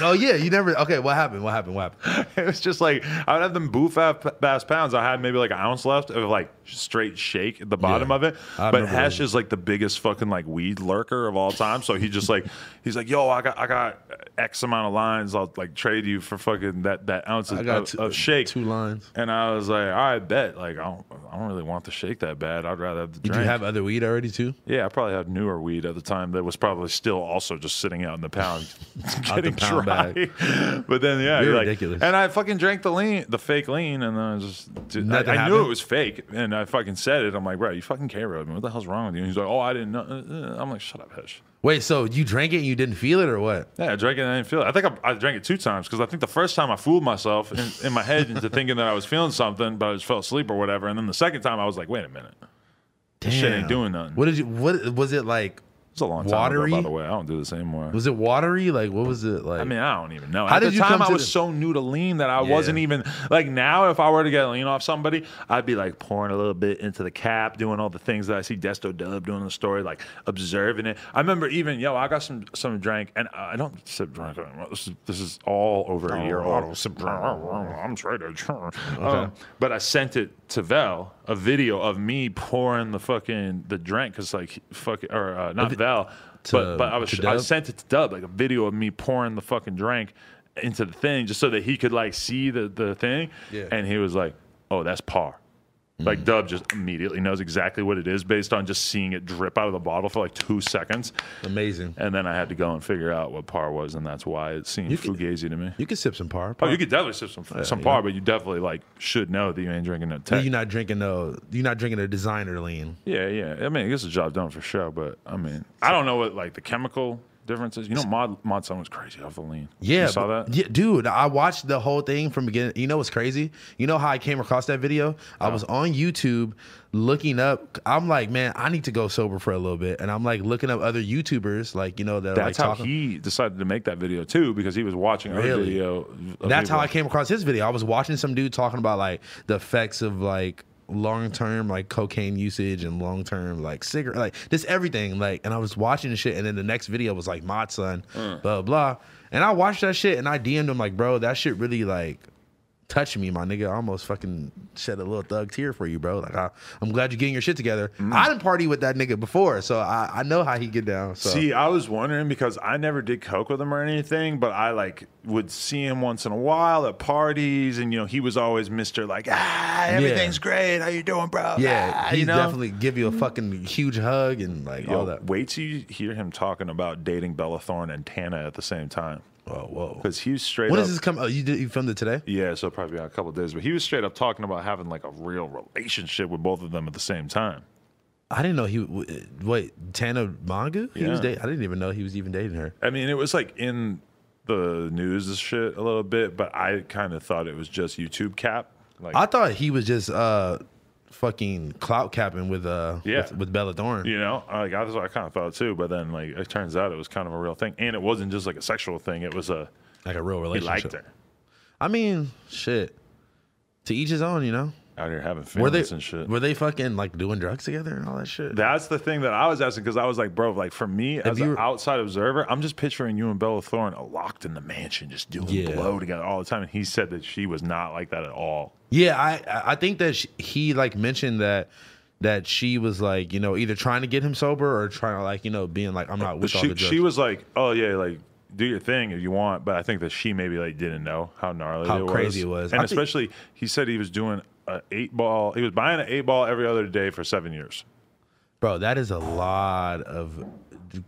[SPEAKER 1] oh yeah, you never. Okay, what happened? What happened? What happened?
[SPEAKER 2] it was just like I would have them boof up bass pounds. I had maybe like an ounce left of like straight shake at the bottom
[SPEAKER 1] Yeah.
[SPEAKER 2] of it.
[SPEAKER 1] I
[SPEAKER 2] but
[SPEAKER 1] remember
[SPEAKER 2] Hesh
[SPEAKER 1] those.
[SPEAKER 2] is like the biggest fucking like weed lurker of all time. So he just like he's like, yo, I got I got X amount of lines. I'll like trade you for fucking that that ounce
[SPEAKER 1] I
[SPEAKER 2] of,
[SPEAKER 1] got
[SPEAKER 2] of-
[SPEAKER 1] two-
[SPEAKER 2] of shake.
[SPEAKER 1] two lines.
[SPEAKER 2] And I was like, all right, bet. Like I don't I don't really want the shake that bad. I'd rather have the
[SPEAKER 1] Did
[SPEAKER 2] drink.
[SPEAKER 1] you have other weed already too?
[SPEAKER 2] yeah, I probably had newer weed at the time that was probably still also just sitting out in the pound, getting
[SPEAKER 1] pound
[SPEAKER 2] dry. But then yeah,
[SPEAKER 1] You're
[SPEAKER 2] you're like-
[SPEAKER 1] ridiculous.
[SPEAKER 2] and I fucking drank the lean, the fake lean, and then I just dude, I,
[SPEAKER 1] Nothing
[SPEAKER 2] I knew
[SPEAKER 1] happened?
[SPEAKER 2] it was fake, and I fucking said it. I'm like, bro, you fucking K-Road, man. What the hell's wrong with you? And he's like, oh, I didn't know. Uh, uh." I'm like, shut up, Hesh.
[SPEAKER 1] Wait, so you drank it and you didn't feel it or what?
[SPEAKER 2] Yeah, I drank it and I didn't feel it. I think I, I drank it two times because I think the first time I fooled myself in, in my head into thinking that I was feeling something, but I just fell asleep or whatever. And then the second time I was like, wait a minute,
[SPEAKER 1] Damn.
[SPEAKER 2] shit ain't doing nothing.
[SPEAKER 1] What did you? What was it like?
[SPEAKER 2] it's a long time
[SPEAKER 1] Watery?
[SPEAKER 2] ago, by the way. I don't do this anymore.
[SPEAKER 1] Was it watery? Like, what was it like?
[SPEAKER 2] I mean, I don't even know.
[SPEAKER 1] How
[SPEAKER 2] At
[SPEAKER 1] did
[SPEAKER 2] the
[SPEAKER 1] you
[SPEAKER 2] time,
[SPEAKER 1] come
[SPEAKER 2] I
[SPEAKER 1] to
[SPEAKER 2] was
[SPEAKER 1] this-
[SPEAKER 2] so new to lean that I wasn't even like now. If I were to get lean off somebody, I'd be like pouring a little bit into the cap, doing all the things that I see Desto Dub doing in the story, like observing it. I remember even yo, I got some some drink, and I don't sip drink anymore. This is, this is all over a
[SPEAKER 1] Oh,
[SPEAKER 2] year old. Oh, I'm traded. Um, but I sent it to Vel a video of me pouring the fucking the drink because like fuck or uh, not Vel.
[SPEAKER 1] to-
[SPEAKER 2] But, but I was
[SPEAKER 1] to
[SPEAKER 2] I
[SPEAKER 1] Dub?
[SPEAKER 2] sent sent it to Dub, like a video of me pouring the fucking drink into the thing just so that he could like see the, the thing.
[SPEAKER 1] Yeah. Mm.
[SPEAKER 2] And he was like, oh, that's par. Like Dub just immediately knows exactly what it is based on just seeing it drip out of the bottle for like two seconds.
[SPEAKER 1] Amazing.
[SPEAKER 2] And then I had to go and figure out what par was, and that's why it seemed
[SPEAKER 1] could-
[SPEAKER 2] fugazi to me.
[SPEAKER 1] You could sip some par.
[SPEAKER 2] Oh, you could definitely sip some, some par, but you definitely like should know that you ain't drinking no tech.
[SPEAKER 1] You're not drinking no. You're not drinking a designer lean.
[SPEAKER 2] yeah, yeah. I mean, it gets the job done for sure, but I mean, I don't know what like the chemical differences. You know, Mod Mod Sun was crazy off the lean.
[SPEAKER 1] Yeah,
[SPEAKER 2] you saw
[SPEAKER 1] but-
[SPEAKER 2] that.
[SPEAKER 1] Yeah, dude, I watched the whole thing from beginning. You know what's crazy? You know how I came across that video? I was on YouTube looking up. I'm like, man, I need to go sober for a little bit, and I'm like looking up other YouTubers, like you know that. are, like,
[SPEAKER 2] That's how
[SPEAKER 1] talking-
[SPEAKER 2] he decided to make that video too, because he was watching our
[SPEAKER 1] Really?
[SPEAKER 2] video. of
[SPEAKER 1] That's how
[SPEAKER 2] people-
[SPEAKER 1] I came across his video. I was watching some dude talking about like the effects of like long term like cocaine usage and long term like cigarette like just everything like and I was watching the shit and then the next video was like mod son
[SPEAKER 2] Mm.
[SPEAKER 1] blah blah and I watched that shit and I DM'd him like bro that shit really like touched me my nigga I almost fucking shed a little thug tear for you bro like I, I'm glad you're getting your shit together
[SPEAKER 2] Mm.
[SPEAKER 1] I didn't party with that nigga before so I, I know how he get down so
[SPEAKER 2] See, I was wondering because I never did coke with him or anything, but I like would see him once in a while at parties, and you know he was always Mister like ah everything's great, how you doing, bro?
[SPEAKER 1] yeah
[SPEAKER 2] Ah,"
[SPEAKER 1] he
[SPEAKER 2] you know?
[SPEAKER 1] definitely give you a fucking huge hug and like
[SPEAKER 2] Yo,
[SPEAKER 1] all that
[SPEAKER 2] Wait till you hear him talking about dating Bella Thorne and Tana at the same time,
[SPEAKER 1] whoa whoa
[SPEAKER 2] because he was straight
[SPEAKER 1] When
[SPEAKER 2] up.
[SPEAKER 1] does this come? Oh, you did, you filmed it today?
[SPEAKER 2] yeah, so probably a couple of days, but he was straight up talking about having like a real relationship with both of them at the same time.
[SPEAKER 1] I didn't know he. w- Wait, Tana Mongu? He was
[SPEAKER 2] Yeah.
[SPEAKER 1] dating. I didn't even know he was even dating her.
[SPEAKER 2] I mean, it was like in the news and shit a little bit, but I kind of thought it was just YouTube cap. Like,
[SPEAKER 1] I thought he was just uh, fucking clout capping with uh,
[SPEAKER 2] Yeah.
[SPEAKER 1] with, with Bella Thorne.
[SPEAKER 2] you know, like that's what I kind of thought too. But then, like, it turns out it was kind of a real thing, and it wasn't just like a sexual thing. It was a
[SPEAKER 1] Like a real
[SPEAKER 2] he
[SPEAKER 1] relationship.
[SPEAKER 2] liked her
[SPEAKER 1] I mean, shit. To each his own, you know.
[SPEAKER 2] out here having
[SPEAKER 1] Were they
[SPEAKER 2] feelings and shit.
[SPEAKER 1] were they fucking like doing drugs together and all that shit?
[SPEAKER 2] That's the thing that I was asking because I was like, bro, like for me as
[SPEAKER 1] you-
[SPEAKER 2] an outside observer, I'm just picturing you and Bella Thorne locked in the mansion, just doing
[SPEAKER 1] Yeah.
[SPEAKER 2] blow together all the time. And he said that she was not like that at all.
[SPEAKER 1] Yeah, I- I I think that sh he like mentioned that that she was like you know either trying to get him sober or trying to like you know being like I'm not with all
[SPEAKER 2] Uh, she,
[SPEAKER 1] the drugs.
[SPEAKER 2] she was like, oh yeah, like do your thing if you want, but I think that she maybe like didn't know how gnarly,
[SPEAKER 1] How
[SPEAKER 2] it was.
[SPEAKER 1] crazy it was.
[SPEAKER 2] and
[SPEAKER 1] I think-
[SPEAKER 2] especially he said he was doing an eight ball. He was buying an eight ball every other day for seven years.
[SPEAKER 1] Bro, that is a lot of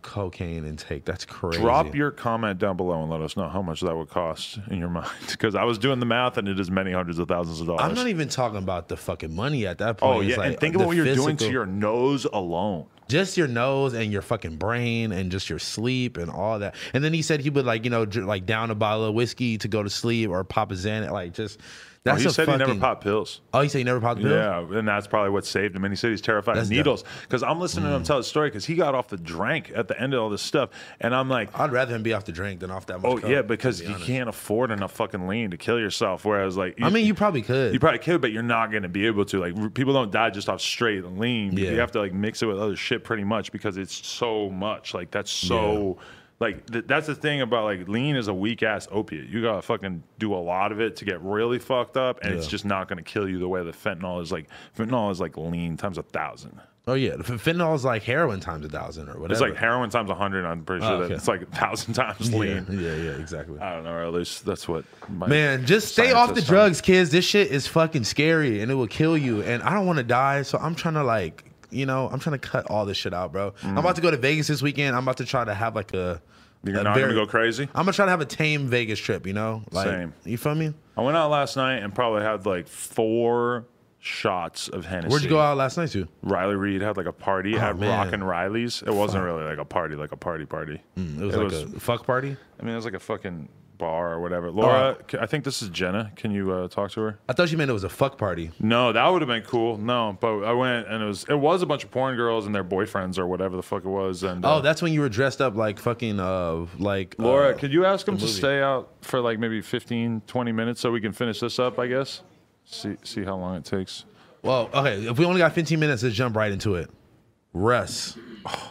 [SPEAKER 1] cocaine intake. That's crazy.
[SPEAKER 2] Drop your comment down below and let us know how much that would cost in your mind because I was doing the math and it is many hundreds of thousands of dollars.
[SPEAKER 1] I'm not even talking about the fucking money at that point.
[SPEAKER 2] Oh
[SPEAKER 1] It's
[SPEAKER 2] yeah, and
[SPEAKER 1] like
[SPEAKER 2] think
[SPEAKER 1] the
[SPEAKER 2] about what you're doing to
[SPEAKER 1] physical-
[SPEAKER 2] your nose alone.
[SPEAKER 1] just your nose and your fucking brain and just your sleep and all that. And then he said he would like you know dr- like down a bottle of whiskey to go to sleep or pop a Xanax. Like just
[SPEAKER 2] Oh,
[SPEAKER 1] that's
[SPEAKER 2] he
[SPEAKER 1] a
[SPEAKER 2] said
[SPEAKER 1] fucking,
[SPEAKER 2] he never popped pills.
[SPEAKER 1] Oh, you say he never popped the pill?
[SPEAKER 2] Yeah, and that's probably what saved him. And he said he's terrified
[SPEAKER 1] That's Mm.
[SPEAKER 2] of needles because I'm listening to him tell his story because he got off the drink at the end of all this stuff, and I'm like,
[SPEAKER 1] I'd rather him be off the drink than off that. Much
[SPEAKER 2] oh
[SPEAKER 1] coke,
[SPEAKER 2] yeah,
[SPEAKER 1] to
[SPEAKER 2] because
[SPEAKER 1] be
[SPEAKER 2] you
[SPEAKER 1] honest.
[SPEAKER 2] can't afford enough fucking lean to kill yourself. Whereas like,
[SPEAKER 1] I mean, you probably could.
[SPEAKER 2] You probably could, but you're not going to be able to. Like, r- people don't die just off straight lean.
[SPEAKER 1] Yeah.
[SPEAKER 2] You have to like mix it with other shit pretty much because it's so much. Like, that's so. Like th- that's the thing about like lean is a weak ass opiate. You gotta fucking do a lot of it to get really fucked up, and it's just not gonna kill you the way the fentanyl is. Like fentanyl is like lean times a thousand.
[SPEAKER 1] oh yeah, F- fentanyl is like heroin times a thousand or whatever.
[SPEAKER 2] It's like heroin times a hundred. I'm pretty sure
[SPEAKER 1] Oh, okay.
[SPEAKER 2] that it's like a thousand times
[SPEAKER 1] yeah,
[SPEAKER 2] lean.
[SPEAKER 1] yeah, yeah, exactly.
[SPEAKER 2] I don't know, or at least that's what. My
[SPEAKER 1] Man, just stay off the
[SPEAKER 2] scientists found.
[SPEAKER 1] drugs, kids. This shit is fucking scary and it will kill you. And I don't want to die, so I'm trying to like, you know, I'm trying to cut all this shit out, bro. I'm about to go to Vegas this weekend. I'm about to try to have like a.
[SPEAKER 2] You're
[SPEAKER 1] a
[SPEAKER 2] not gonna go crazy?
[SPEAKER 1] I'm gonna try to have a tame Vegas trip. You know, like
[SPEAKER 2] Same.
[SPEAKER 1] you feel me?
[SPEAKER 2] I went out last night and probably had like four shots of Hennessy.
[SPEAKER 1] Where'd you go out last night to?
[SPEAKER 2] Riley Reed had like a party at
[SPEAKER 1] man.
[SPEAKER 2] Rock and Riley's. It wasn't really like a party, like a party party.
[SPEAKER 1] Hmm, It was like a Oh. fuck party.
[SPEAKER 2] I mean, it was like a fucking bar or whatever. Laura, ca- I think this is Jenna. Can you uh, talk to her?
[SPEAKER 1] I thought you meant it was a fuck party.
[SPEAKER 2] No, that would have been cool. No, but I went and it was it was a bunch of porn girls and their boyfriends or whatever the fuck it was. And uh,
[SPEAKER 1] Oh, that's when you were dressed up like fucking uh like
[SPEAKER 2] Laura,
[SPEAKER 1] uh,
[SPEAKER 2] could you ask them to stay out for like maybe 15, 20 minutes so we can finish this up? I guess. See see how long it takes.
[SPEAKER 1] Well, okay. If we only got 15 minutes, let's jump right into it. Russ,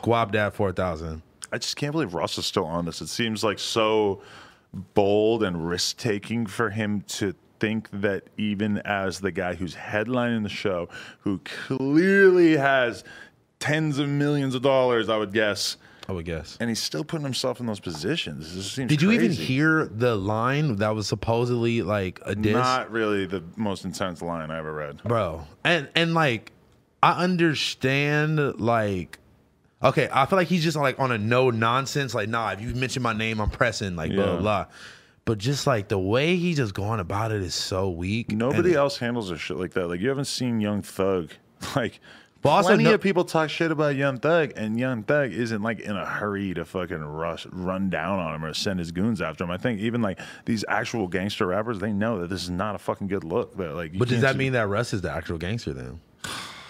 [SPEAKER 1] Guap Dad 4000.
[SPEAKER 2] I just can't believe Russ is still on this. It seems like so bold and risk taking for him to think that even as the guy who's headlining the show, who clearly has tens of millions of dollars, I would guess,
[SPEAKER 1] I would guess.
[SPEAKER 2] and he's still putting himself in those positions. This seems
[SPEAKER 1] Did you even
[SPEAKER 2] crazy.
[SPEAKER 1] hear the line that was supposedly like a diss,
[SPEAKER 2] Not really the most intense line I ever read.
[SPEAKER 1] bro? And and like, I understand like, okay, I feel like he's just like on a no nonsense like, nah, if you mention my name, I'm pressing like blah
[SPEAKER 2] Yeah.
[SPEAKER 1] blah. blah. But just like the way he just going about it is so weak.
[SPEAKER 2] Nobody
[SPEAKER 1] And-
[SPEAKER 2] else handles a shit like that. Like you haven't seen Young Thug like
[SPEAKER 1] But also,
[SPEAKER 2] Plenty
[SPEAKER 1] no-
[SPEAKER 2] of people talk shit about Young Thug, and Young Thug isn't like in a hurry to fucking rush, run down on him or send his goons after him. I think even like these actual gangster rappers, they know that this is not a fucking good look. That like, you
[SPEAKER 1] but does
[SPEAKER 2] can't
[SPEAKER 1] that
[SPEAKER 2] just-
[SPEAKER 1] mean that Russ is the actual gangster then?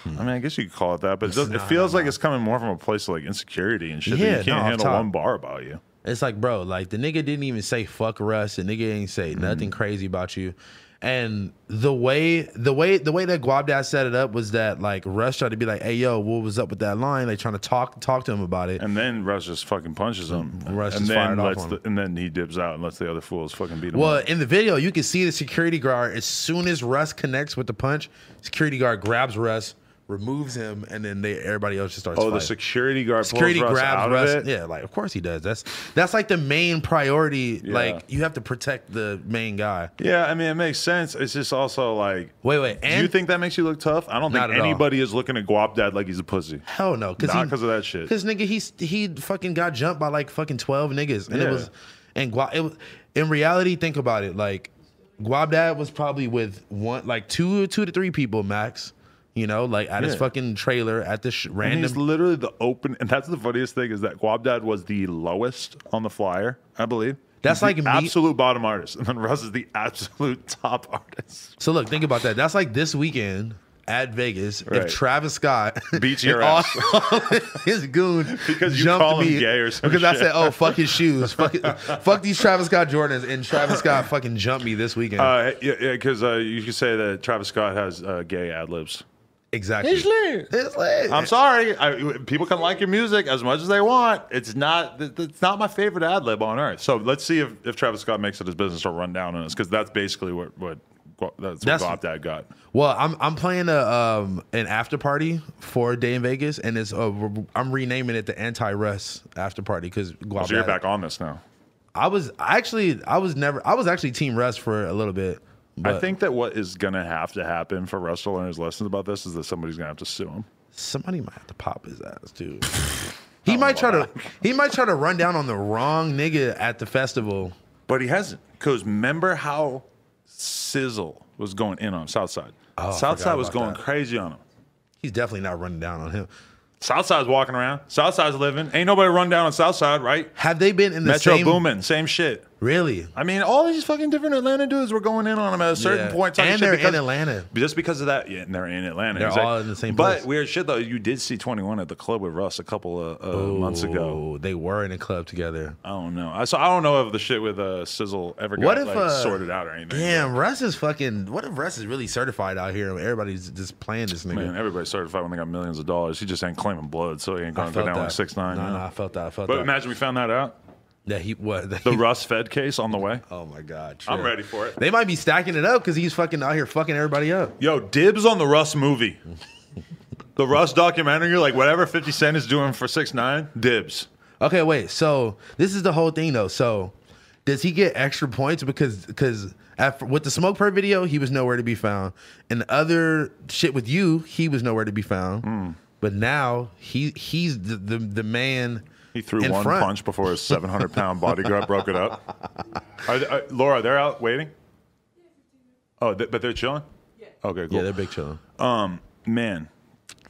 [SPEAKER 2] I mean, I guess you could call it that, but it, does, it feels like it's coming more from a place of like insecurity and shit
[SPEAKER 1] Yeah,
[SPEAKER 2] that you
[SPEAKER 1] no,
[SPEAKER 2] can't
[SPEAKER 1] off
[SPEAKER 2] handle
[SPEAKER 1] top.
[SPEAKER 2] one bar about you.
[SPEAKER 1] It's like, bro, like the nigga didn't even say fuck Russ. The nigga ain't say
[SPEAKER 2] Mm-hmm.
[SPEAKER 1] nothing crazy about you. And the way the way the way that Guabdad set it up was that like Russ tried to be like, hey yo, what was up with that line? They trying to talk talk to him about it.
[SPEAKER 2] And then Russ just fucking punches him.
[SPEAKER 1] Russ
[SPEAKER 2] and
[SPEAKER 1] just
[SPEAKER 2] then
[SPEAKER 1] fired off
[SPEAKER 2] lets
[SPEAKER 1] on
[SPEAKER 2] the, and then he dips out and lets the other fools fucking beat him.
[SPEAKER 1] Well,
[SPEAKER 2] up.
[SPEAKER 1] in the video, you can see the security guard as soon as Russ connects with the punch, security guard grabs Russ, removes him, and then they everybody else just starts.
[SPEAKER 2] oh, the
[SPEAKER 1] fighting.
[SPEAKER 2] security guard
[SPEAKER 1] security
[SPEAKER 2] pulls Russ
[SPEAKER 1] grabs
[SPEAKER 2] out
[SPEAKER 1] Russ.
[SPEAKER 2] of it.
[SPEAKER 1] Yeah, like of course he does. That's that's like the main priority.
[SPEAKER 2] Yeah.
[SPEAKER 1] Like you have to protect the main guy.
[SPEAKER 2] Yeah, I mean, it makes sense. It's just also like,
[SPEAKER 1] Wait, wait, and
[SPEAKER 2] do you think that makes you look tough? I don't
[SPEAKER 1] Not
[SPEAKER 2] think
[SPEAKER 1] at all.
[SPEAKER 2] anybody is looking at Guap Dad like he's a pussy.
[SPEAKER 1] Hell no, because
[SPEAKER 2] Not 'cause of that shit.
[SPEAKER 1] Because nigga, he's he fucking got jumped by like fucking twelve niggas, and
[SPEAKER 2] Yeah.
[SPEAKER 1] it was and Gua, it was, in reality, think about it, like Guabdad was probably with one like two two to three people max, you know, like at his
[SPEAKER 2] Yeah.
[SPEAKER 1] fucking trailer at this sh-
[SPEAKER 2] And he's
[SPEAKER 1] random.
[SPEAKER 2] literally the open, and that's the funniest thing is that Guap Dad was the lowest on the flyer, I believe.
[SPEAKER 1] That's
[SPEAKER 2] He's the
[SPEAKER 1] like me-
[SPEAKER 2] absolute bottom artist, and then Russ is the absolute top artist.
[SPEAKER 1] So look, think about that. That's like this weekend. At Vegas,
[SPEAKER 2] Right.
[SPEAKER 1] if Travis Scott
[SPEAKER 2] Beats
[SPEAKER 1] and
[SPEAKER 2] your
[SPEAKER 1] all-
[SPEAKER 2] ass.
[SPEAKER 1] his goon
[SPEAKER 2] Because you
[SPEAKER 1] jumped
[SPEAKER 2] call him
[SPEAKER 1] me
[SPEAKER 2] gay or some
[SPEAKER 1] because I
[SPEAKER 2] shit.
[SPEAKER 1] said, "Oh fuck his shoes, fuck, it- fuck these Travis Scott Jordans," and Travis Scott fucking jumped me this weekend.
[SPEAKER 2] Uh, yeah, because uh, you could say that Travis Scott has uh, gay ad libs.
[SPEAKER 1] Exactly. His leg. His leg.
[SPEAKER 2] I'm sorry, I, people can like your music as much as they want. It's not th- th- it's not my favorite ad lib on earth. So let's see if, if Travis Scott makes it his business to run down on us because that's basically what what Gu- that's what
[SPEAKER 1] That's-
[SPEAKER 2] Bob Dad got.
[SPEAKER 1] well, I'm I'm playing a um an after party for a day in Vegas, and it's uh, re- I'm renaming it the anti Russ after party because
[SPEAKER 2] Oh, So you're back on this now.
[SPEAKER 1] I was actually I was never I was actually Team Russ for a little bit. But
[SPEAKER 2] I think that what is gonna have to happen for Russell and his lessons about this is that somebody's gonna have to sue him.
[SPEAKER 1] somebody might have to pop his ass too. He might try to he might try to run down on the wrong nigga at the festival.
[SPEAKER 2] But he hasn't. Because remember how Sizzle was going in on Southside. Southside was
[SPEAKER 1] about
[SPEAKER 2] going
[SPEAKER 1] that.
[SPEAKER 2] crazy on him.
[SPEAKER 1] He's definitely not running down on him.
[SPEAKER 2] Southside's walking around. Southside's living. Ain't nobody run down on Southside, right?
[SPEAKER 1] Have they been in the
[SPEAKER 2] Metro
[SPEAKER 1] same
[SPEAKER 2] booming, same shit.
[SPEAKER 1] Really?
[SPEAKER 2] I mean, all these fucking different Atlanta dudes were going in on them at a certain
[SPEAKER 1] Yeah.
[SPEAKER 2] point. talking
[SPEAKER 1] And
[SPEAKER 2] shit
[SPEAKER 1] they're in
[SPEAKER 2] because-
[SPEAKER 1] Atlanta.
[SPEAKER 2] Just because of that. Yeah, and they're in Atlanta.
[SPEAKER 1] They're all in the same
[SPEAKER 2] But
[SPEAKER 1] place.
[SPEAKER 2] weird shit, though, you did see 21 at the club with Russ a couple of uh, months ago.
[SPEAKER 1] Oh, they were in a club together.
[SPEAKER 2] I don't know. I, so I don't know if the shit with uh, Sizzle ever got
[SPEAKER 1] What if
[SPEAKER 2] like,
[SPEAKER 1] uh,
[SPEAKER 2] sorted out or anything.
[SPEAKER 1] Damn, Russ is fucking. What if Russ is really certified out here and everybody's just playing this nigga?
[SPEAKER 2] Man, everybody's certified when they got millions of dollars. He just ain't claiming blood, so he ain't
[SPEAKER 1] I
[SPEAKER 2] going to go
[SPEAKER 1] felt
[SPEAKER 2] down
[SPEAKER 1] that.
[SPEAKER 2] like 6 9
[SPEAKER 1] Nah, nah, I felt that. I felt
[SPEAKER 2] But
[SPEAKER 1] that.
[SPEAKER 2] imagine we found that out.
[SPEAKER 1] that he what? that
[SPEAKER 2] The
[SPEAKER 1] he-
[SPEAKER 2] Russ Fed case on the way.
[SPEAKER 1] oh my god,
[SPEAKER 2] I'm
[SPEAKER 1] true.
[SPEAKER 2] ready for it.
[SPEAKER 1] They might be stacking it up because he's fucking out here fucking everybody up.
[SPEAKER 2] Yo, dibs on the Russ movie. the Russ documentary, like whatever 50 Cent is doing for 6 9 dibs.
[SPEAKER 1] Okay, wait. So this is the whole thing though. So does he get extra points because because with the smoke per video he was nowhere to be found, and the other shit with you he was nowhere to be found.
[SPEAKER 2] Hmm.
[SPEAKER 1] But now he he's the the, the man.
[SPEAKER 2] He threw
[SPEAKER 1] in
[SPEAKER 2] one
[SPEAKER 1] front.
[SPEAKER 2] punch before his 700 pound bodyguard broke it up. Are they- are- Laura, they're out waiting? Oh, th- but they're chilling? Okay, cool.
[SPEAKER 1] Yeah, they're big chillin'.
[SPEAKER 2] Um, man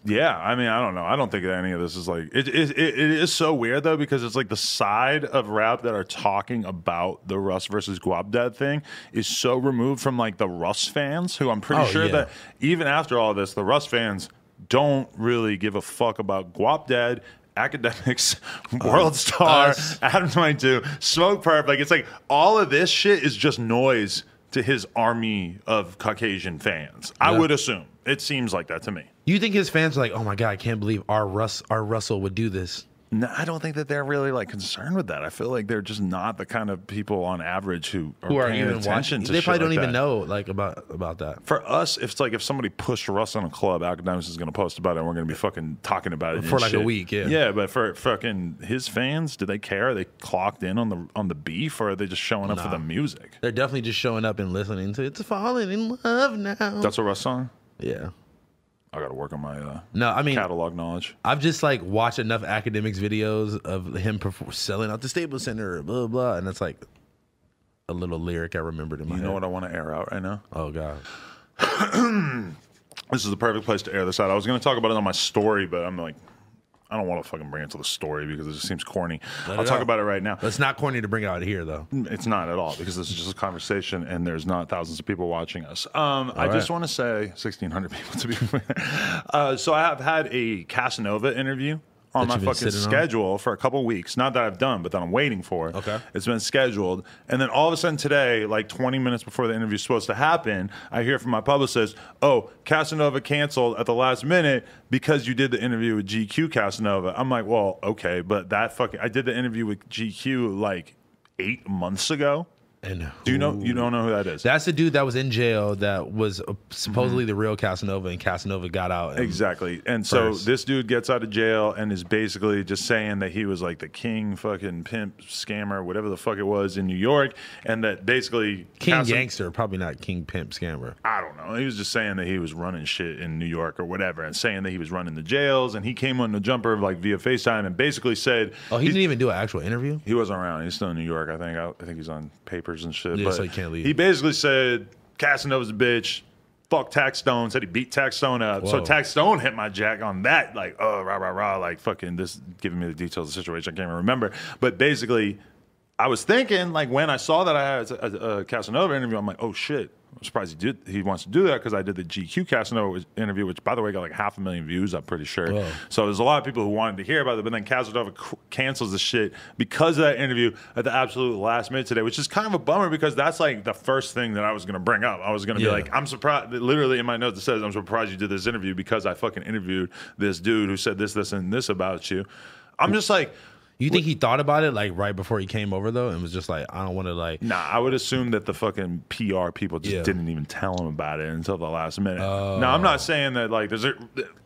[SPEAKER 2] yeah i mean i don't know i don't think that any of this is like it, it, it, it is so weird though because it's like the side of rap that are talking about the russ versus guabdad thing is so removed from like the russ fans who i'm pretty
[SPEAKER 1] Oh,
[SPEAKER 2] sure
[SPEAKER 1] yeah.
[SPEAKER 2] that even after all this the russ fans don't really give a fuck about guabdad Academics,
[SPEAKER 1] Oh,
[SPEAKER 2] World Star,
[SPEAKER 1] us.
[SPEAKER 2] Adam 22, Smoke Perp. Like, it's like all of this shit is just noise to his army of Caucasian fans. I
[SPEAKER 1] Yeah.
[SPEAKER 2] would assume. It seems like that to me.
[SPEAKER 1] You think his fans are like, oh my god, I can't believe our Russ, our Russell would do this.
[SPEAKER 2] No, I don't think that they're really like concerned with that. I feel like they're just not the kind of people on average who are,
[SPEAKER 1] Who are
[SPEAKER 2] paying
[SPEAKER 1] even
[SPEAKER 2] attention
[SPEAKER 1] watching?
[SPEAKER 2] to
[SPEAKER 1] They
[SPEAKER 2] shit
[SPEAKER 1] probably don't
[SPEAKER 2] like
[SPEAKER 1] even
[SPEAKER 2] that.
[SPEAKER 1] know like about about that.
[SPEAKER 2] For us, if it's like if somebody pushed Russ on a club, academics is going to post about it, and we're going to be fucking talking about it
[SPEAKER 1] For
[SPEAKER 2] and
[SPEAKER 1] like a
[SPEAKER 2] shit.
[SPEAKER 1] week, yeah.
[SPEAKER 2] yeah. But for fucking his fans, do they care? Are they clocked in on the on the beef, or are they just showing up for the music?
[SPEAKER 1] They're definitely just showing up and listening to "It's Falling in Love Now."
[SPEAKER 2] That's a Russ song.
[SPEAKER 1] yeah.
[SPEAKER 2] I got to work on my uh,
[SPEAKER 1] No, I mean,
[SPEAKER 2] catalog knowledge.
[SPEAKER 1] I've just like watched enough academics videos of him perfor- selling out the Staples Center, blah blah, and it's like a little lyric I remembered in my Oh,
[SPEAKER 2] You
[SPEAKER 1] head.
[SPEAKER 2] know what I want to air out right now?
[SPEAKER 1] oh god,
[SPEAKER 2] This is the perfect place to air this out. I was going to talk about it on my story, but I'm like, I don't want to fucking bring it to the story because it just seems corny. I'll
[SPEAKER 1] it
[SPEAKER 2] talk
[SPEAKER 1] out.
[SPEAKER 2] about it right now.
[SPEAKER 1] It's not corny to bring it out here though.
[SPEAKER 2] It's not at all because this is just a conversation and there's not thousands of people watching us. Um, I just want to say 1,600 people to be fair. Uh, so I have had a Casanova interview
[SPEAKER 1] That
[SPEAKER 2] on my
[SPEAKER 1] you've been
[SPEAKER 2] fucking
[SPEAKER 1] sitting on?
[SPEAKER 2] schedule for a couple weeks. Not that I've done, but that I'm waiting for.
[SPEAKER 1] Okay.
[SPEAKER 2] It's been scheduled. And then all of a sudden today, like 20 minutes before the interview's supposed to happen, I hear from my publicist, oh, Casanova canceled at the last minute because you did the interview with GQ Casanova. I'm like, well, okay, but that fucking, I did the interview with GQ like eight months ago.
[SPEAKER 1] And
[SPEAKER 2] Do you know, Mm-hmm. you don't know who that is?
[SPEAKER 1] that's the dude that was in jail that was uh, supposedly the real Casanova, and Casanova got out. And
[SPEAKER 2] Exactly. And so
[SPEAKER 1] first.
[SPEAKER 2] this dude gets out of jail and is basically just saying that he was like the king fucking pimp scammer, whatever the fuck it was in New York, and that basically
[SPEAKER 1] King
[SPEAKER 2] Casa-
[SPEAKER 1] gangster, probably not King pimp scammer.
[SPEAKER 2] I don't know. He was just saying that he was running shit in New York or whatever, and saying that he was running the jails. And he came on the jumper like via Facetime and basically said,
[SPEAKER 1] Oh, he didn't even do an actual interview.
[SPEAKER 2] He wasn't around. He's still in New York, I think. I, I think he's on papers and shit.
[SPEAKER 1] Yeah,
[SPEAKER 2] but
[SPEAKER 1] so he can't leave.
[SPEAKER 2] He basically said Casanova's a bitch. Fuck Tax Stone. Said he beat Tax Stone up. So
[SPEAKER 1] Whoa.
[SPEAKER 2] Tax Stone hit my jack on that. Like, oh, rah, rah, rah. Like, fucking, this giving me the details of the situation. I can't even remember. But basically, I was thinking, like, when I saw that I had a, a, a Casanova interview, I'm like, oh shit. I'm surprised he did. He wants to do that because I did the GQ Casanova interview, which, by the way, got like half a million views. I'm pretty sure.
[SPEAKER 1] Whoa.
[SPEAKER 2] So there's a lot of people who wanted to hear about it, but then Casanova c- cancels the shit because of that interview at the absolute last minute today, which is kind of a bummer because that's like the first thing that I was going to bring up. I was going to
[SPEAKER 1] Yeah.
[SPEAKER 2] be like, I'm surprised. Literally in my notes it says, I'm surprised you did this interview because I fucking interviewed this dude who said this, this, and this about you. I'm just like,
[SPEAKER 1] You think he thought about it like right before he came over though, and was just like, I don't want to like.
[SPEAKER 2] Nah, I would assume that the fucking PR people just
[SPEAKER 1] Yeah. Oh.
[SPEAKER 2] didn't even tell him about it until the last minute. No, now, I'm not saying that like there's a,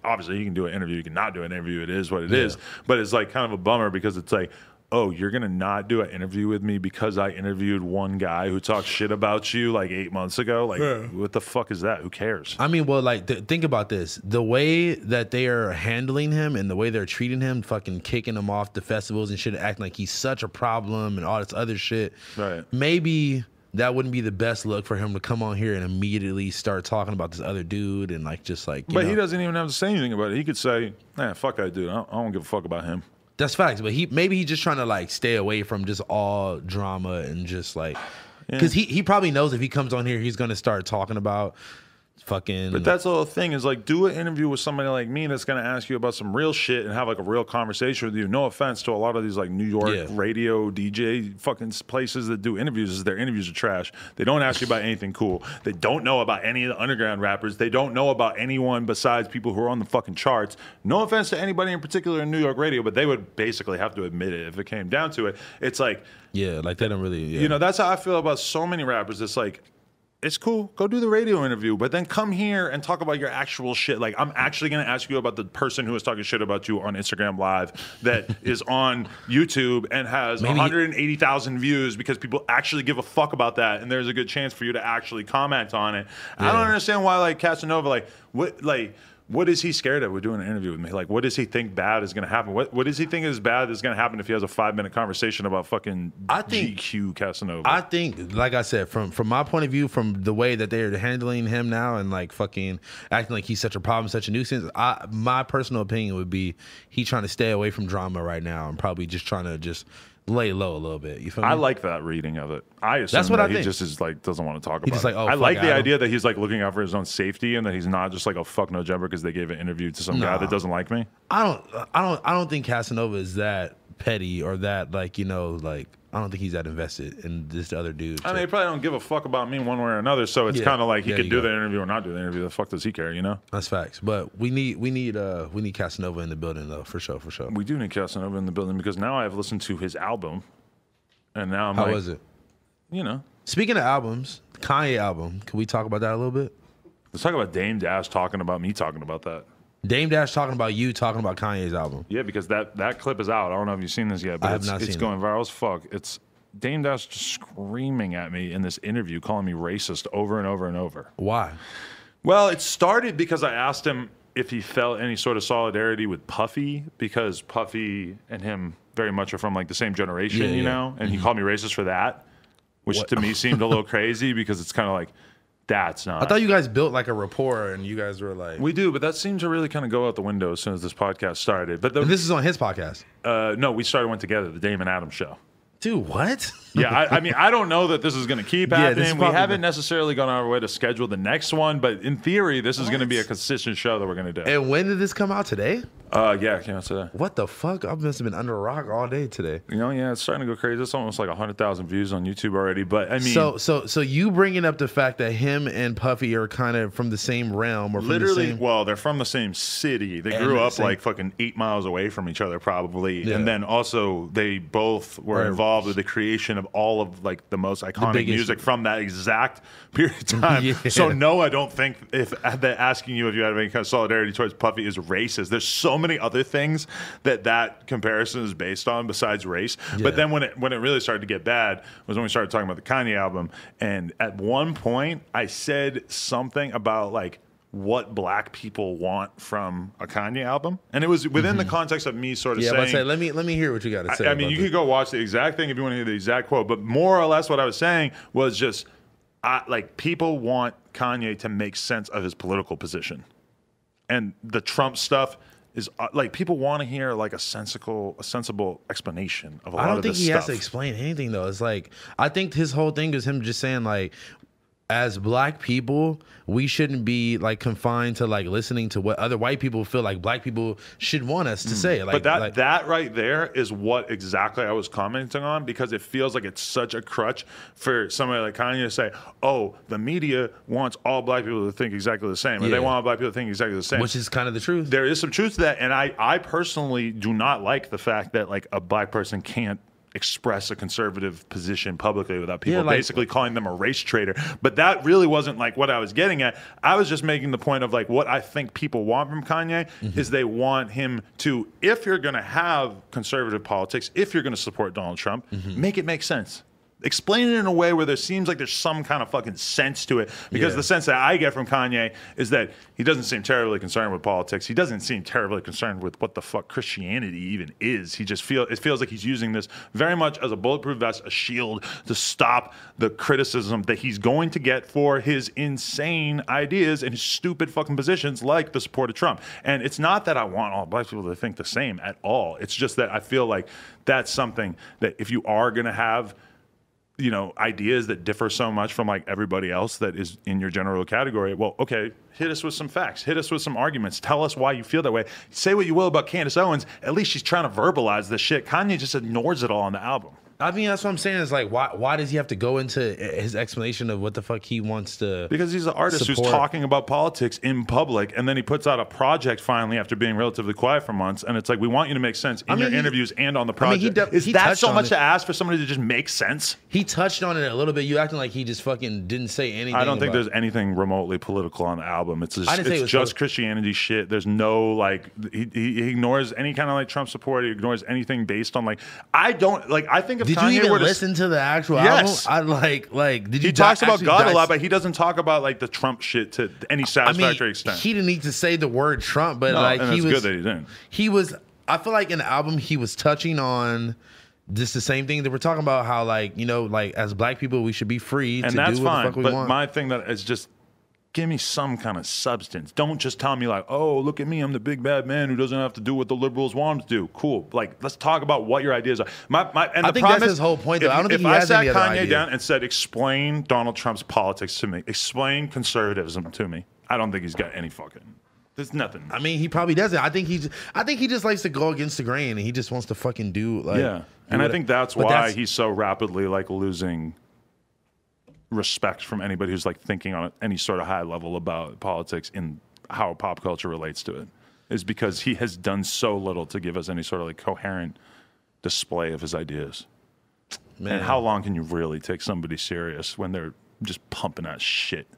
[SPEAKER 2] obviously you can do an interview, you can not do an interview. It is what it is. but it's like kind of a bummer because it's like, oh, you're gonna not do an interview with me because I interviewed one guy who talked shit about you like eight months ago. Like, what the fuck is that? Who cares?
[SPEAKER 1] I mean, well, like th- think about this: the way that they are handling him and the way they're treating him, fucking kicking him off the festivals and shit, acting like he's such a problem and all this other shit.
[SPEAKER 2] Right.
[SPEAKER 1] Maybe that wouldn't be the best look for him to come on here and immediately start talking about this other dude and like just like. you
[SPEAKER 2] but
[SPEAKER 1] know.
[SPEAKER 2] he doesn't even have to say anything about it. He could say, "Nah, fuck that dude. I don't, I don't give a fuck about him."
[SPEAKER 1] That's facts, but he maybe he's just trying to like stay away from just all drama and just like because he he probably knows if he comes on here he's gonna start talking about fucking.
[SPEAKER 2] But that's the whole thing is like do an interview with somebody like me that's gonna ask you about some real shit and have like a real conversation with you. No offense to a lot of these like New York
[SPEAKER 1] Yeah.
[SPEAKER 2] radio DJ fucking s- places that do interviews is their interviews are trash. They don't ask you about anything cool. They don't know about any of the underground rappers. They don't know about anyone besides people who are on the fucking charts. No offense to anybody in particular in New York radio, but they would basically have to admit it if it came down to it. It's like
[SPEAKER 1] yeah, like they don't really. Yeah.
[SPEAKER 2] you know, that's how I feel about so many rappers. It's like, it's cool, go do the radio interview, but then come here and talk about your actual shit. Like, I'm actually gonna ask you about the person who is talking shit about you on Instagram Live that is on YouTube and has
[SPEAKER 1] Maybe-
[SPEAKER 2] 180,000 views because people actually give a fuck about that, and there's a good chance for you to actually comment on it. I don't understand why, like Casanova, like what, like. What is he scared of? We're doing an interview with me. Like, what does he think bad is going to happen? What What does he think is bad is going to happen if he has a five minute conversation about fucking
[SPEAKER 1] I think-
[SPEAKER 2] GQ Casanova?
[SPEAKER 1] I think, like I said, from from my point of view, from the way that they're handling him now and like fucking acting like he's such a problem, such a nuisance. I my personal opinion would be he trying to stay away from drama right now and probably just trying to just lay low a little bit. You feel me?
[SPEAKER 2] I like that reading of it. I assume
[SPEAKER 1] That's what
[SPEAKER 2] that
[SPEAKER 1] I
[SPEAKER 2] he
[SPEAKER 1] think.
[SPEAKER 2] just is like doesn't want to talk about.
[SPEAKER 1] just
[SPEAKER 2] it.
[SPEAKER 1] like, oh,
[SPEAKER 2] I
[SPEAKER 1] fuck
[SPEAKER 2] like the
[SPEAKER 1] Adam.
[SPEAKER 2] idea that he's like looking out for his own safety and that he's not just like a fuck no jumper because they gave an interview to some guy that doesn't like me.
[SPEAKER 1] I don't I don't I don't think Casanova is that petty or that like you know like I don't think he's that invested in this other dude. to-
[SPEAKER 2] I mean, they probably don't give a fuck about me one way or another. So it's
[SPEAKER 1] Yeah.
[SPEAKER 2] kind of like he
[SPEAKER 1] There
[SPEAKER 2] could
[SPEAKER 1] you
[SPEAKER 2] do
[SPEAKER 1] go.
[SPEAKER 2] the interview or not do the interview. The fuck does he care? You know,
[SPEAKER 1] that's facts. But we need we need uh we need Casanova in the building though for sure for sure.
[SPEAKER 2] we do need Casanova in the building because now I have listened to his album, and now I'm
[SPEAKER 1] How
[SPEAKER 2] like,
[SPEAKER 1] was it?
[SPEAKER 2] you know,
[SPEAKER 1] Speaking of albums, Kanye album. Can we talk about that a little bit?
[SPEAKER 2] let's talk about Dame Dash talking about me talking about that.
[SPEAKER 1] Dame Dash talking about you talking about Kanye's album.
[SPEAKER 2] Yeah, because that that clip is out. I don't know if you've seen this yet, but
[SPEAKER 1] I have
[SPEAKER 2] it's,
[SPEAKER 1] not
[SPEAKER 2] it's
[SPEAKER 1] seen
[SPEAKER 2] going viral as fuck. It's Dame Dash just screaming at me in this interview, calling me racist over and over and over.
[SPEAKER 1] Why?
[SPEAKER 2] Well, it started because I asked him if he felt any sort of solidarity with Puffy because Puffy and him very much are from like the same generation,
[SPEAKER 1] Yeah,
[SPEAKER 2] you
[SPEAKER 1] yeah.
[SPEAKER 2] know, and he called me racist for that, which to me seemed a little crazy because it's kind of like that's not.
[SPEAKER 1] I thought you guys built like a rapport and you guys were like.
[SPEAKER 2] we do, but that seemed to really kind of go out the window as soon as this podcast started. But the,
[SPEAKER 1] and this is on his podcast.
[SPEAKER 2] uh, no, we started one together, the Damon Adams show.
[SPEAKER 1] Dude, what?
[SPEAKER 2] Yeah, I, I mean, I don't know that this is going to keep
[SPEAKER 1] Yeah, this
[SPEAKER 2] happening.
[SPEAKER 1] is
[SPEAKER 2] we
[SPEAKER 1] probably
[SPEAKER 2] haven't
[SPEAKER 1] the-
[SPEAKER 2] necessarily gone our way to schedule the next one, but in theory, this is going to be a consistent show that we're going to do.
[SPEAKER 1] And when did this come out today?
[SPEAKER 2] Uh, yeah, can I say that?
[SPEAKER 1] What the fuck? I must have been under a rock all day today.
[SPEAKER 2] You know, yeah, it's starting to go crazy. It's almost like hundred thousand views on YouTube already. But I mean,
[SPEAKER 1] so, so, so you bringing up the fact that him and Puffy are kind of from the same realm or from
[SPEAKER 2] literally,
[SPEAKER 1] the same,
[SPEAKER 2] well, they're from the same city. They
[SPEAKER 1] And
[SPEAKER 2] grew
[SPEAKER 1] the
[SPEAKER 2] up
[SPEAKER 1] same-
[SPEAKER 2] like fucking eight miles away from each other, probably.
[SPEAKER 1] Yeah.
[SPEAKER 2] And then also, they both were
[SPEAKER 1] Right.
[SPEAKER 2] involved with the creation of all of like the most iconic
[SPEAKER 1] biggest-
[SPEAKER 2] music from that exact period of time.
[SPEAKER 1] Yeah.
[SPEAKER 2] So no, I don't think if that asking you if you have any kind of solidarity towards Puffy is racist. There's so many other things that that comparison is based on besides race. But then when it when it really started to get bad was when we started talking about the Kanye album. And at one point, I said something about like what black people want from a Kanye album, and it was within the context of me sort
[SPEAKER 1] Mm-hmm.
[SPEAKER 2] of
[SPEAKER 1] yeah, but I
[SPEAKER 2] saying.
[SPEAKER 1] say, let me, let me hear what you got to say.
[SPEAKER 2] I, I mean,
[SPEAKER 1] about
[SPEAKER 2] you
[SPEAKER 1] this.
[SPEAKER 2] could go watch the exact thing if you want to hear the exact quote, but more or less what I was saying was just I, like people want Kanye to make sense of his political position. And the Trump stuff is uh, like people want to hear like a sensical, a sensible explanation of a lot
[SPEAKER 1] I don't
[SPEAKER 2] of
[SPEAKER 1] think
[SPEAKER 2] this
[SPEAKER 1] he
[SPEAKER 2] stuff.
[SPEAKER 1] has to explain anything though. It's like I think his whole thing is him just saying like, as black people, we shouldn't be like confined to like listening to what other white people feel like black people should want us to say. Like
[SPEAKER 2] Mm. but that
[SPEAKER 1] like,
[SPEAKER 2] that right there is what exactly I was commenting on because it feels like it's such a crutch for somebody like Kanye to say, "Oh, the media wants all black people to think exactly the same, or
[SPEAKER 1] Yeah.
[SPEAKER 2] they want all black people to think exactly the same."
[SPEAKER 1] which is kind of the truth.
[SPEAKER 2] there is some truth to that and I, I personally do not like the fact that like a black person can't express a conservative position publicly without people
[SPEAKER 1] Yeah, like-
[SPEAKER 2] basically calling them a race traitor but that really wasn't like what i was getting at i was just making the point of like what i think people want from kanye
[SPEAKER 1] Mm-hmm.
[SPEAKER 2] is they want him to if you're going to have conservative politics if you're going to support donald trump
[SPEAKER 1] Mm-hmm.
[SPEAKER 2] make it make sense explain it in a way where there seems like there's some kind of fucking sense to it because
[SPEAKER 1] Yeah.
[SPEAKER 2] the sense that I get from Kanye is that he doesn't seem terribly concerned with politics. He doesn't seem terribly concerned with what the fuck Christianity even is. He just feel it feels like he's using this very much as a bulletproof vest, a shield to stop the criticism that he's going to get for his insane ideas and his stupid fucking positions, like the support of Trump. And it's not that I want all black people to think the same at all. It's just that I feel like that's something that if you are going to have you know ideas that differ so much from like everybody else that is in your general category well okay hit us with some facts hit us with some arguments tell us why you feel that way say what you will about candace owens at least she's trying to verbalize this shit kanye just ignores it all on the album
[SPEAKER 1] I mean, that's what I'm saying. Is like, why why does he have to go into his explanation of what the fuck he wants to?
[SPEAKER 2] because he's an artist who's
[SPEAKER 1] Support.
[SPEAKER 2] talking about politics in public and then he puts out a project finally after being relatively quiet for months and it's like we want you to make sense in
[SPEAKER 1] I mean,
[SPEAKER 2] your
[SPEAKER 1] he-
[SPEAKER 2] interviews and on
[SPEAKER 1] I
[SPEAKER 2] the
[SPEAKER 1] mean,
[SPEAKER 2] project
[SPEAKER 1] he def-
[SPEAKER 2] is
[SPEAKER 1] he
[SPEAKER 2] that
[SPEAKER 1] touched
[SPEAKER 2] so
[SPEAKER 1] on
[SPEAKER 2] much
[SPEAKER 1] it.
[SPEAKER 2] to ask for somebody to just make sense
[SPEAKER 1] He touched on it a little bit. You acting like he just fucking didn't say anything.
[SPEAKER 2] I don't think
[SPEAKER 1] about
[SPEAKER 2] there's
[SPEAKER 1] it.
[SPEAKER 2] anything remotely political on the album. It's just,
[SPEAKER 1] I didn't say
[SPEAKER 2] it's
[SPEAKER 1] it was
[SPEAKER 2] just
[SPEAKER 1] politi-
[SPEAKER 2] Christianity shit. There's no like he, he he ignores any kind of like Trump support. He ignores anything based on like I don't like I think if
[SPEAKER 1] Did
[SPEAKER 2] Kanye
[SPEAKER 1] you even
[SPEAKER 2] were to
[SPEAKER 1] listen to the actual
[SPEAKER 2] Yes.
[SPEAKER 1] album? I like like. Did you
[SPEAKER 2] he talks
[SPEAKER 1] di-
[SPEAKER 2] about
[SPEAKER 1] actually
[SPEAKER 2] God a
[SPEAKER 1] dis-
[SPEAKER 2] lot, but he doesn't talk about like the Trump shit to any
[SPEAKER 1] I mean,
[SPEAKER 2] satisfactory extent.
[SPEAKER 1] he didn't need to say the word Trump, but
[SPEAKER 2] No,
[SPEAKER 1] like
[SPEAKER 2] and
[SPEAKER 1] he
[SPEAKER 2] it's
[SPEAKER 1] was
[SPEAKER 2] good that he didn't.
[SPEAKER 1] he was i feel like in the album he was touching on just the same thing that we're talking about how like you know like as black people we should be free
[SPEAKER 2] and
[SPEAKER 1] to
[SPEAKER 2] that's
[SPEAKER 1] do what
[SPEAKER 2] fine.
[SPEAKER 1] the fuck we
[SPEAKER 2] but
[SPEAKER 1] want
[SPEAKER 2] my thing that is just give me some kind of substance. Don't just tell me like, oh, look at me, I'm the big bad man who doesn't have to do what the liberals want him to do. Cool. Like, let's talk about what your ideas are. My, my, and
[SPEAKER 1] I
[SPEAKER 2] the
[SPEAKER 1] think
[SPEAKER 2] problem
[SPEAKER 1] that's
[SPEAKER 2] is,
[SPEAKER 1] his whole point, though.
[SPEAKER 2] If,
[SPEAKER 1] I don't think
[SPEAKER 2] if
[SPEAKER 1] he
[SPEAKER 2] I
[SPEAKER 1] has
[SPEAKER 2] sat
[SPEAKER 1] any other
[SPEAKER 2] Kanye
[SPEAKER 1] idea.
[SPEAKER 2] down and said, explain Donald Trump's politics to me, explain conservatism to me, I don't think he's got any fucking. There's nothing.
[SPEAKER 1] i mean he probably doesn't i think he's i think he just likes to go against the grain and he just wants to fucking do like
[SPEAKER 2] yeah, and I
[SPEAKER 1] what-
[SPEAKER 2] think that's
[SPEAKER 1] but
[SPEAKER 2] why he's so rapidly like losing respect from anybody who's like thinking on any sort of high level about politics and how pop culture relates to it is because he has done so little to give us any sort of like coherent display of his ideas.
[SPEAKER 1] man
[SPEAKER 2] And how long can you really take somebody serious when they're just pumping out shit?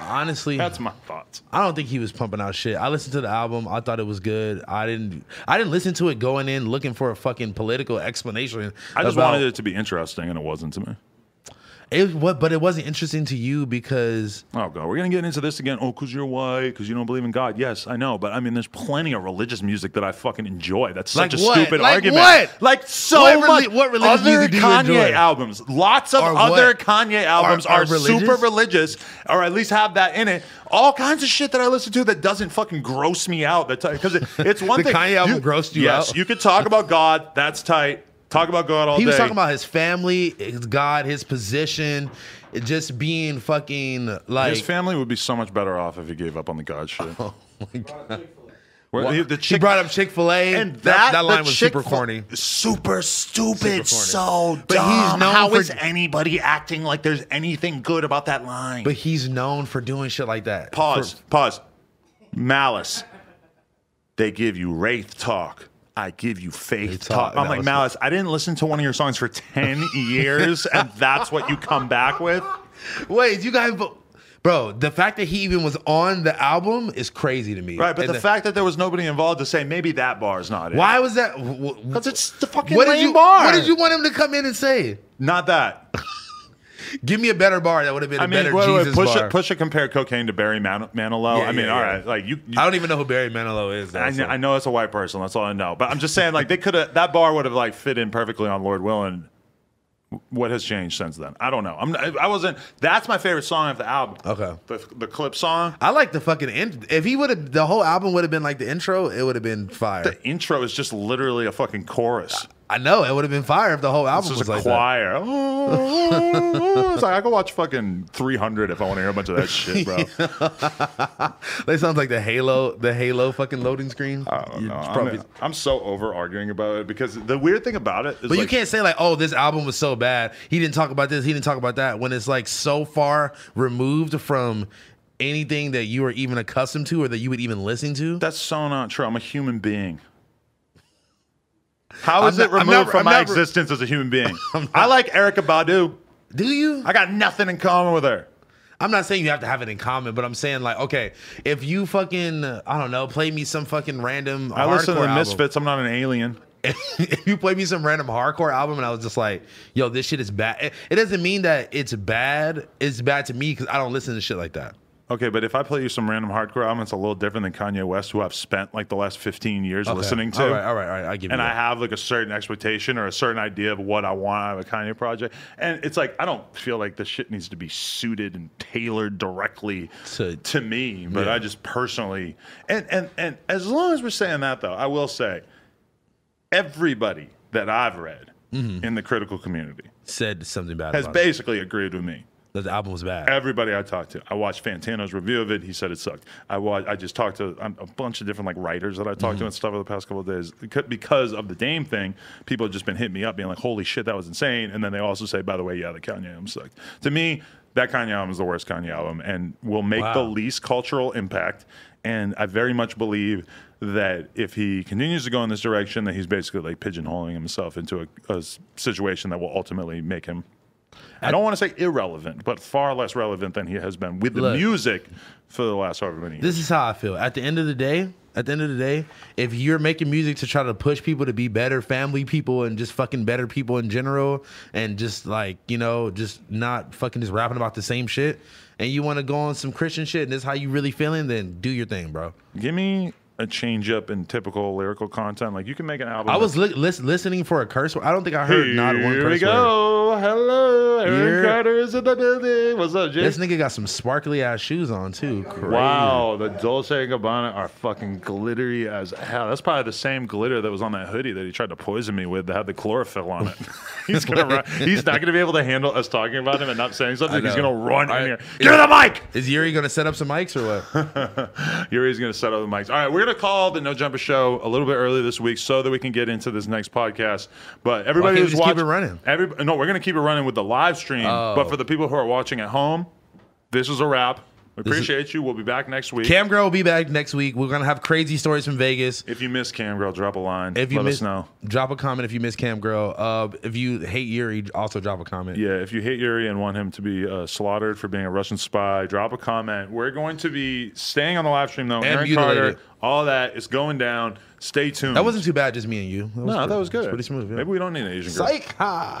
[SPEAKER 1] honestly
[SPEAKER 2] That's my thoughts.
[SPEAKER 1] I don't think he was pumping out shit. I listened to the album. I thought it was good. I didn't. I didn't listen to it going in looking for a fucking political explanation.
[SPEAKER 2] I just
[SPEAKER 1] about-
[SPEAKER 2] wanted it to be interesting and it wasn't to me.
[SPEAKER 1] It what, but it wasn't interesting to you because
[SPEAKER 2] Oh God, we're gonna get into this again. Oh, cause you're white, cause you don't believe in God. Yes, I know, but I mean, there's plenty of religious music that I fucking enjoy. That's such
[SPEAKER 1] Like
[SPEAKER 2] a
[SPEAKER 1] what?
[SPEAKER 2] stupid
[SPEAKER 1] Like
[SPEAKER 2] argument.
[SPEAKER 1] what?
[SPEAKER 2] Like so
[SPEAKER 1] What reli-
[SPEAKER 2] much.
[SPEAKER 1] what religious
[SPEAKER 2] other
[SPEAKER 1] music do you
[SPEAKER 2] Kanye
[SPEAKER 1] enjoy?
[SPEAKER 2] albums, lots of
[SPEAKER 1] Are what?
[SPEAKER 2] other Kanye albums
[SPEAKER 1] Are-
[SPEAKER 2] are,
[SPEAKER 1] are religious?
[SPEAKER 2] super religious, or at least have that in it. All kinds of shit that I listen to that doesn't fucking gross me out. That because it, it's one
[SPEAKER 1] The
[SPEAKER 2] thing.
[SPEAKER 1] Kanye album grossed you
[SPEAKER 2] yes,
[SPEAKER 1] out?
[SPEAKER 2] you could talk about God. That's tight. Talk about God all
[SPEAKER 1] he
[SPEAKER 2] day.
[SPEAKER 1] was talking about his family, his God, his position, it just being fucking like
[SPEAKER 2] His family would be so much better off if he gave up on the God shit. Oh my God. Well, he, the
[SPEAKER 1] he
[SPEAKER 2] chick-
[SPEAKER 1] brought up Chick Fil A,
[SPEAKER 2] and
[SPEAKER 1] that,
[SPEAKER 2] that, the
[SPEAKER 1] line was super
[SPEAKER 2] Chick-fil-
[SPEAKER 1] corny.
[SPEAKER 2] super stupid,
[SPEAKER 1] Super
[SPEAKER 2] so
[SPEAKER 1] But he's
[SPEAKER 2] dumb.
[SPEAKER 1] known
[SPEAKER 2] How
[SPEAKER 1] for-
[SPEAKER 2] is anybody acting like there's anything good about that line?
[SPEAKER 1] But he's known for doing shit like that.
[SPEAKER 2] pause,
[SPEAKER 1] For-
[SPEAKER 2] pause. Malice. They give you wraith talk. I give you faith
[SPEAKER 1] Faith talk.
[SPEAKER 2] talk. I'm like
[SPEAKER 1] Malice.
[SPEAKER 2] Malice. I didn't listen to one of your songs for ten years, and that's what you come back with.
[SPEAKER 1] wait, you guys, bo- bro, the fact that he even was on the album is crazy to me.
[SPEAKER 2] Right, but
[SPEAKER 1] And
[SPEAKER 2] the, fact that there was nobody involved to say maybe that bar's not it.
[SPEAKER 1] why was that? Because
[SPEAKER 2] Because it's the fucking
[SPEAKER 1] what did
[SPEAKER 2] lame
[SPEAKER 1] you
[SPEAKER 2] bar.
[SPEAKER 1] what did you want him to come in and say?
[SPEAKER 2] Not that.
[SPEAKER 1] Give me a better bar. That would have been a
[SPEAKER 2] I mean,
[SPEAKER 1] better
[SPEAKER 2] wait, wait,
[SPEAKER 1] Jesus
[SPEAKER 2] push
[SPEAKER 1] bar.
[SPEAKER 2] it. Push it. Compare cocaine to Barry Man- Manilow.
[SPEAKER 1] Yeah,
[SPEAKER 2] I mean,
[SPEAKER 1] yeah,
[SPEAKER 2] all
[SPEAKER 1] yeah.
[SPEAKER 2] right. Like you, you
[SPEAKER 1] I don't even know who Barry Manilow is. Though,
[SPEAKER 2] I know,
[SPEAKER 1] so.
[SPEAKER 2] I know it's a white person. That's all I know. But I'm just saying, like they could have that bar would have like fit in perfectly on Lord Willin. What has changed since then? I don't know. I'm I wasn't. That's my favorite song of the album.
[SPEAKER 1] Okay.
[SPEAKER 2] The, the clip song.
[SPEAKER 1] I like the fucking end. If he would have, the whole album would have been like the intro. It would have been fire.
[SPEAKER 2] The intro is just literally a fucking chorus.
[SPEAKER 1] I know it would have been fire if the whole
[SPEAKER 2] It's
[SPEAKER 1] album
[SPEAKER 2] just
[SPEAKER 1] was
[SPEAKER 2] a
[SPEAKER 1] like that.
[SPEAKER 2] choir. it's like I could watch fucking 300 if I want to hear a bunch of that shit, bro.
[SPEAKER 1] That sounds like the Halo, the Halo fucking loading screen. You-
[SPEAKER 2] No,
[SPEAKER 1] it's
[SPEAKER 2] I'm,
[SPEAKER 1] probably-
[SPEAKER 2] I'm so over arguing about it because the weird thing about it is,
[SPEAKER 1] but you
[SPEAKER 2] like-
[SPEAKER 1] can't say like, "Oh, this album was so bad. He didn't talk about this. He didn't talk about that." When it's like so far removed from anything that you were even accustomed to or that you would even listen to.
[SPEAKER 2] That's so not true. I'm a human being. How is
[SPEAKER 1] I'm
[SPEAKER 2] it
[SPEAKER 1] not- I'm
[SPEAKER 2] removed
[SPEAKER 1] not-
[SPEAKER 2] from
[SPEAKER 1] I'm
[SPEAKER 2] my
[SPEAKER 1] not-
[SPEAKER 2] existence as a human being? I like Erica Badu.
[SPEAKER 1] Do you?
[SPEAKER 2] I got nothing in common with her.
[SPEAKER 1] I'm not saying you have to have it in common, but I'm saying like, okay, if you fucking, I don't know, play me some fucking random.
[SPEAKER 2] I listen to
[SPEAKER 1] hardcore
[SPEAKER 2] the
[SPEAKER 1] album.
[SPEAKER 2] Misfits. I'm not an alien.
[SPEAKER 1] if you play me some random hardcore album and I was just like, yo, this shit is bad. It, it doesn't mean that it's bad. It's bad to me because I don't listen to shit like that.
[SPEAKER 2] Okay, but if I play you some random hardcore album, it's a little different than Kanye West, who I've spent like the last 15 years
[SPEAKER 1] Okay.
[SPEAKER 2] listening to.
[SPEAKER 1] All right, all right, all right. I give
[SPEAKER 2] and
[SPEAKER 1] you
[SPEAKER 2] I
[SPEAKER 1] that.
[SPEAKER 2] have like a certain expectation or a certain idea of what I want out of a Kanye project. And it's like I don't feel like this shit needs to be suited and tailored directly
[SPEAKER 1] To-
[SPEAKER 2] to, me, but
[SPEAKER 1] Yeah.
[SPEAKER 2] I just personally and and and as long as we're saying that though, I will say everybody that I've read
[SPEAKER 1] Mm-hmm.
[SPEAKER 2] in the critical community
[SPEAKER 1] said something bad.
[SPEAKER 2] has
[SPEAKER 1] about it.
[SPEAKER 2] basically agreed with me.
[SPEAKER 1] that the album was bad.
[SPEAKER 2] Everybody I talked to, I watched Fantano's review of it. He said it sucked. I watched, I just talked to um, a bunch of different like writers that I talked to and stuff over the past couple of days Beca- because of the Dame thing. People have just been hitting me up, being like, "Holy shit, that was insane!" And then they also say, "By the way, yeah, the Kanye album sucked." To me, that Kanye album is the worst Kanye album and will make the
[SPEAKER 1] Wow.
[SPEAKER 2] least cultural impact. And I very much believe that if he continues to go in this direction, that he's basically like pigeonholing himself into a, a s- situation that will ultimately make him I don't want to say irrelevant, but far less relevant than he has been with the
[SPEAKER 1] Look.
[SPEAKER 2] music for the last however many years.
[SPEAKER 1] This is how I feel. At the end of the day, at the end of the day, if you're making music to try to push people to be better family people and just fucking better people in general and just like, you know, just not fucking just rapping about the same shit and you want to go on some Christian shit and this how you really feeling, then do your thing, bro.
[SPEAKER 2] Give me a change up in typical lyrical content. Like you can make an album.
[SPEAKER 1] I
[SPEAKER 2] that-
[SPEAKER 1] was li- lis- listening for a curse word. I don't think I heard
[SPEAKER 2] Here
[SPEAKER 1] not one curse
[SPEAKER 2] we go. Hello, Aaron
[SPEAKER 1] Here-
[SPEAKER 2] Carter is in the building. What's
[SPEAKER 1] word.
[SPEAKER 2] up,
[SPEAKER 1] This
[SPEAKER 2] Jason?
[SPEAKER 1] nigga got some sparkly ass shoes on too. Crazy.
[SPEAKER 2] Wow, the Dolce and Gabbana are fucking glittery as hell. That's probably the same glitter that was on that hoodie that he tried to poison me with that had the chlorophyll on it. he's gonna run. He's not gonna be able to handle us talking about him and not saying something. He's
[SPEAKER 1] know.
[SPEAKER 2] gonna run
[SPEAKER 1] I-
[SPEAKER 2] in here. Give me the mic.
[SPEAKER 1] Is Yuri gonna set up some mics or what?
[SPEAKER 2] Yuri's going to set up the mics. All right, we're going to call the No Jumper Show a little bit early this week so that we can get into this next podcast. But everybody
[SPEAKER 1] can't we
[SPEAKER 2] who's
[SPEAKER 1] just keep
[SPEAKER 2] watching,
[SPEAKER 1] it running? Oh.
[SPEAKER 2] Every, no, we're going to keep it running with the live stream. But for the people who are watching at home, this is a wrap. We
[SPEAKER 1] is-
[SPEAKER 2] appreciate you. We'll be back next week.
[SPEAKER 1] Cam Girl will be back next week. We're gonna have crazy stories from Vegas.
[SPEAKER 2] if you miss Cam Girl, drop a line.
[SPEAKER 1] If you
[SPEAKER 2] Let
[SPEAKER 1] miss,
[SPEAKER 2] us know.
[SPEAKER 1] drop a comment. If you miss Cam Girl, uh, if you hate Yuri, also drop a comment.
[SPEAKER 2] Yeah, if you hate Yuri and want him to be uh, slaughtered for being a Russian spy, drop a comment. We're going to be staying on the live stream, though. Aaron
[SPEAKER 1] mutilated.
[SPEAKER 2] Carter, all that is going down. Stay tuned.
[SPEAKER 1] That wasn't too bad, just me and you.
[SPEAKER 2] No, that was good.
[SPEAKER 1] Pretty smooth. Yeah.
[SPEAKER 2] Maybe we don't need an Asian girl.
[SPEAKER 1] Psych.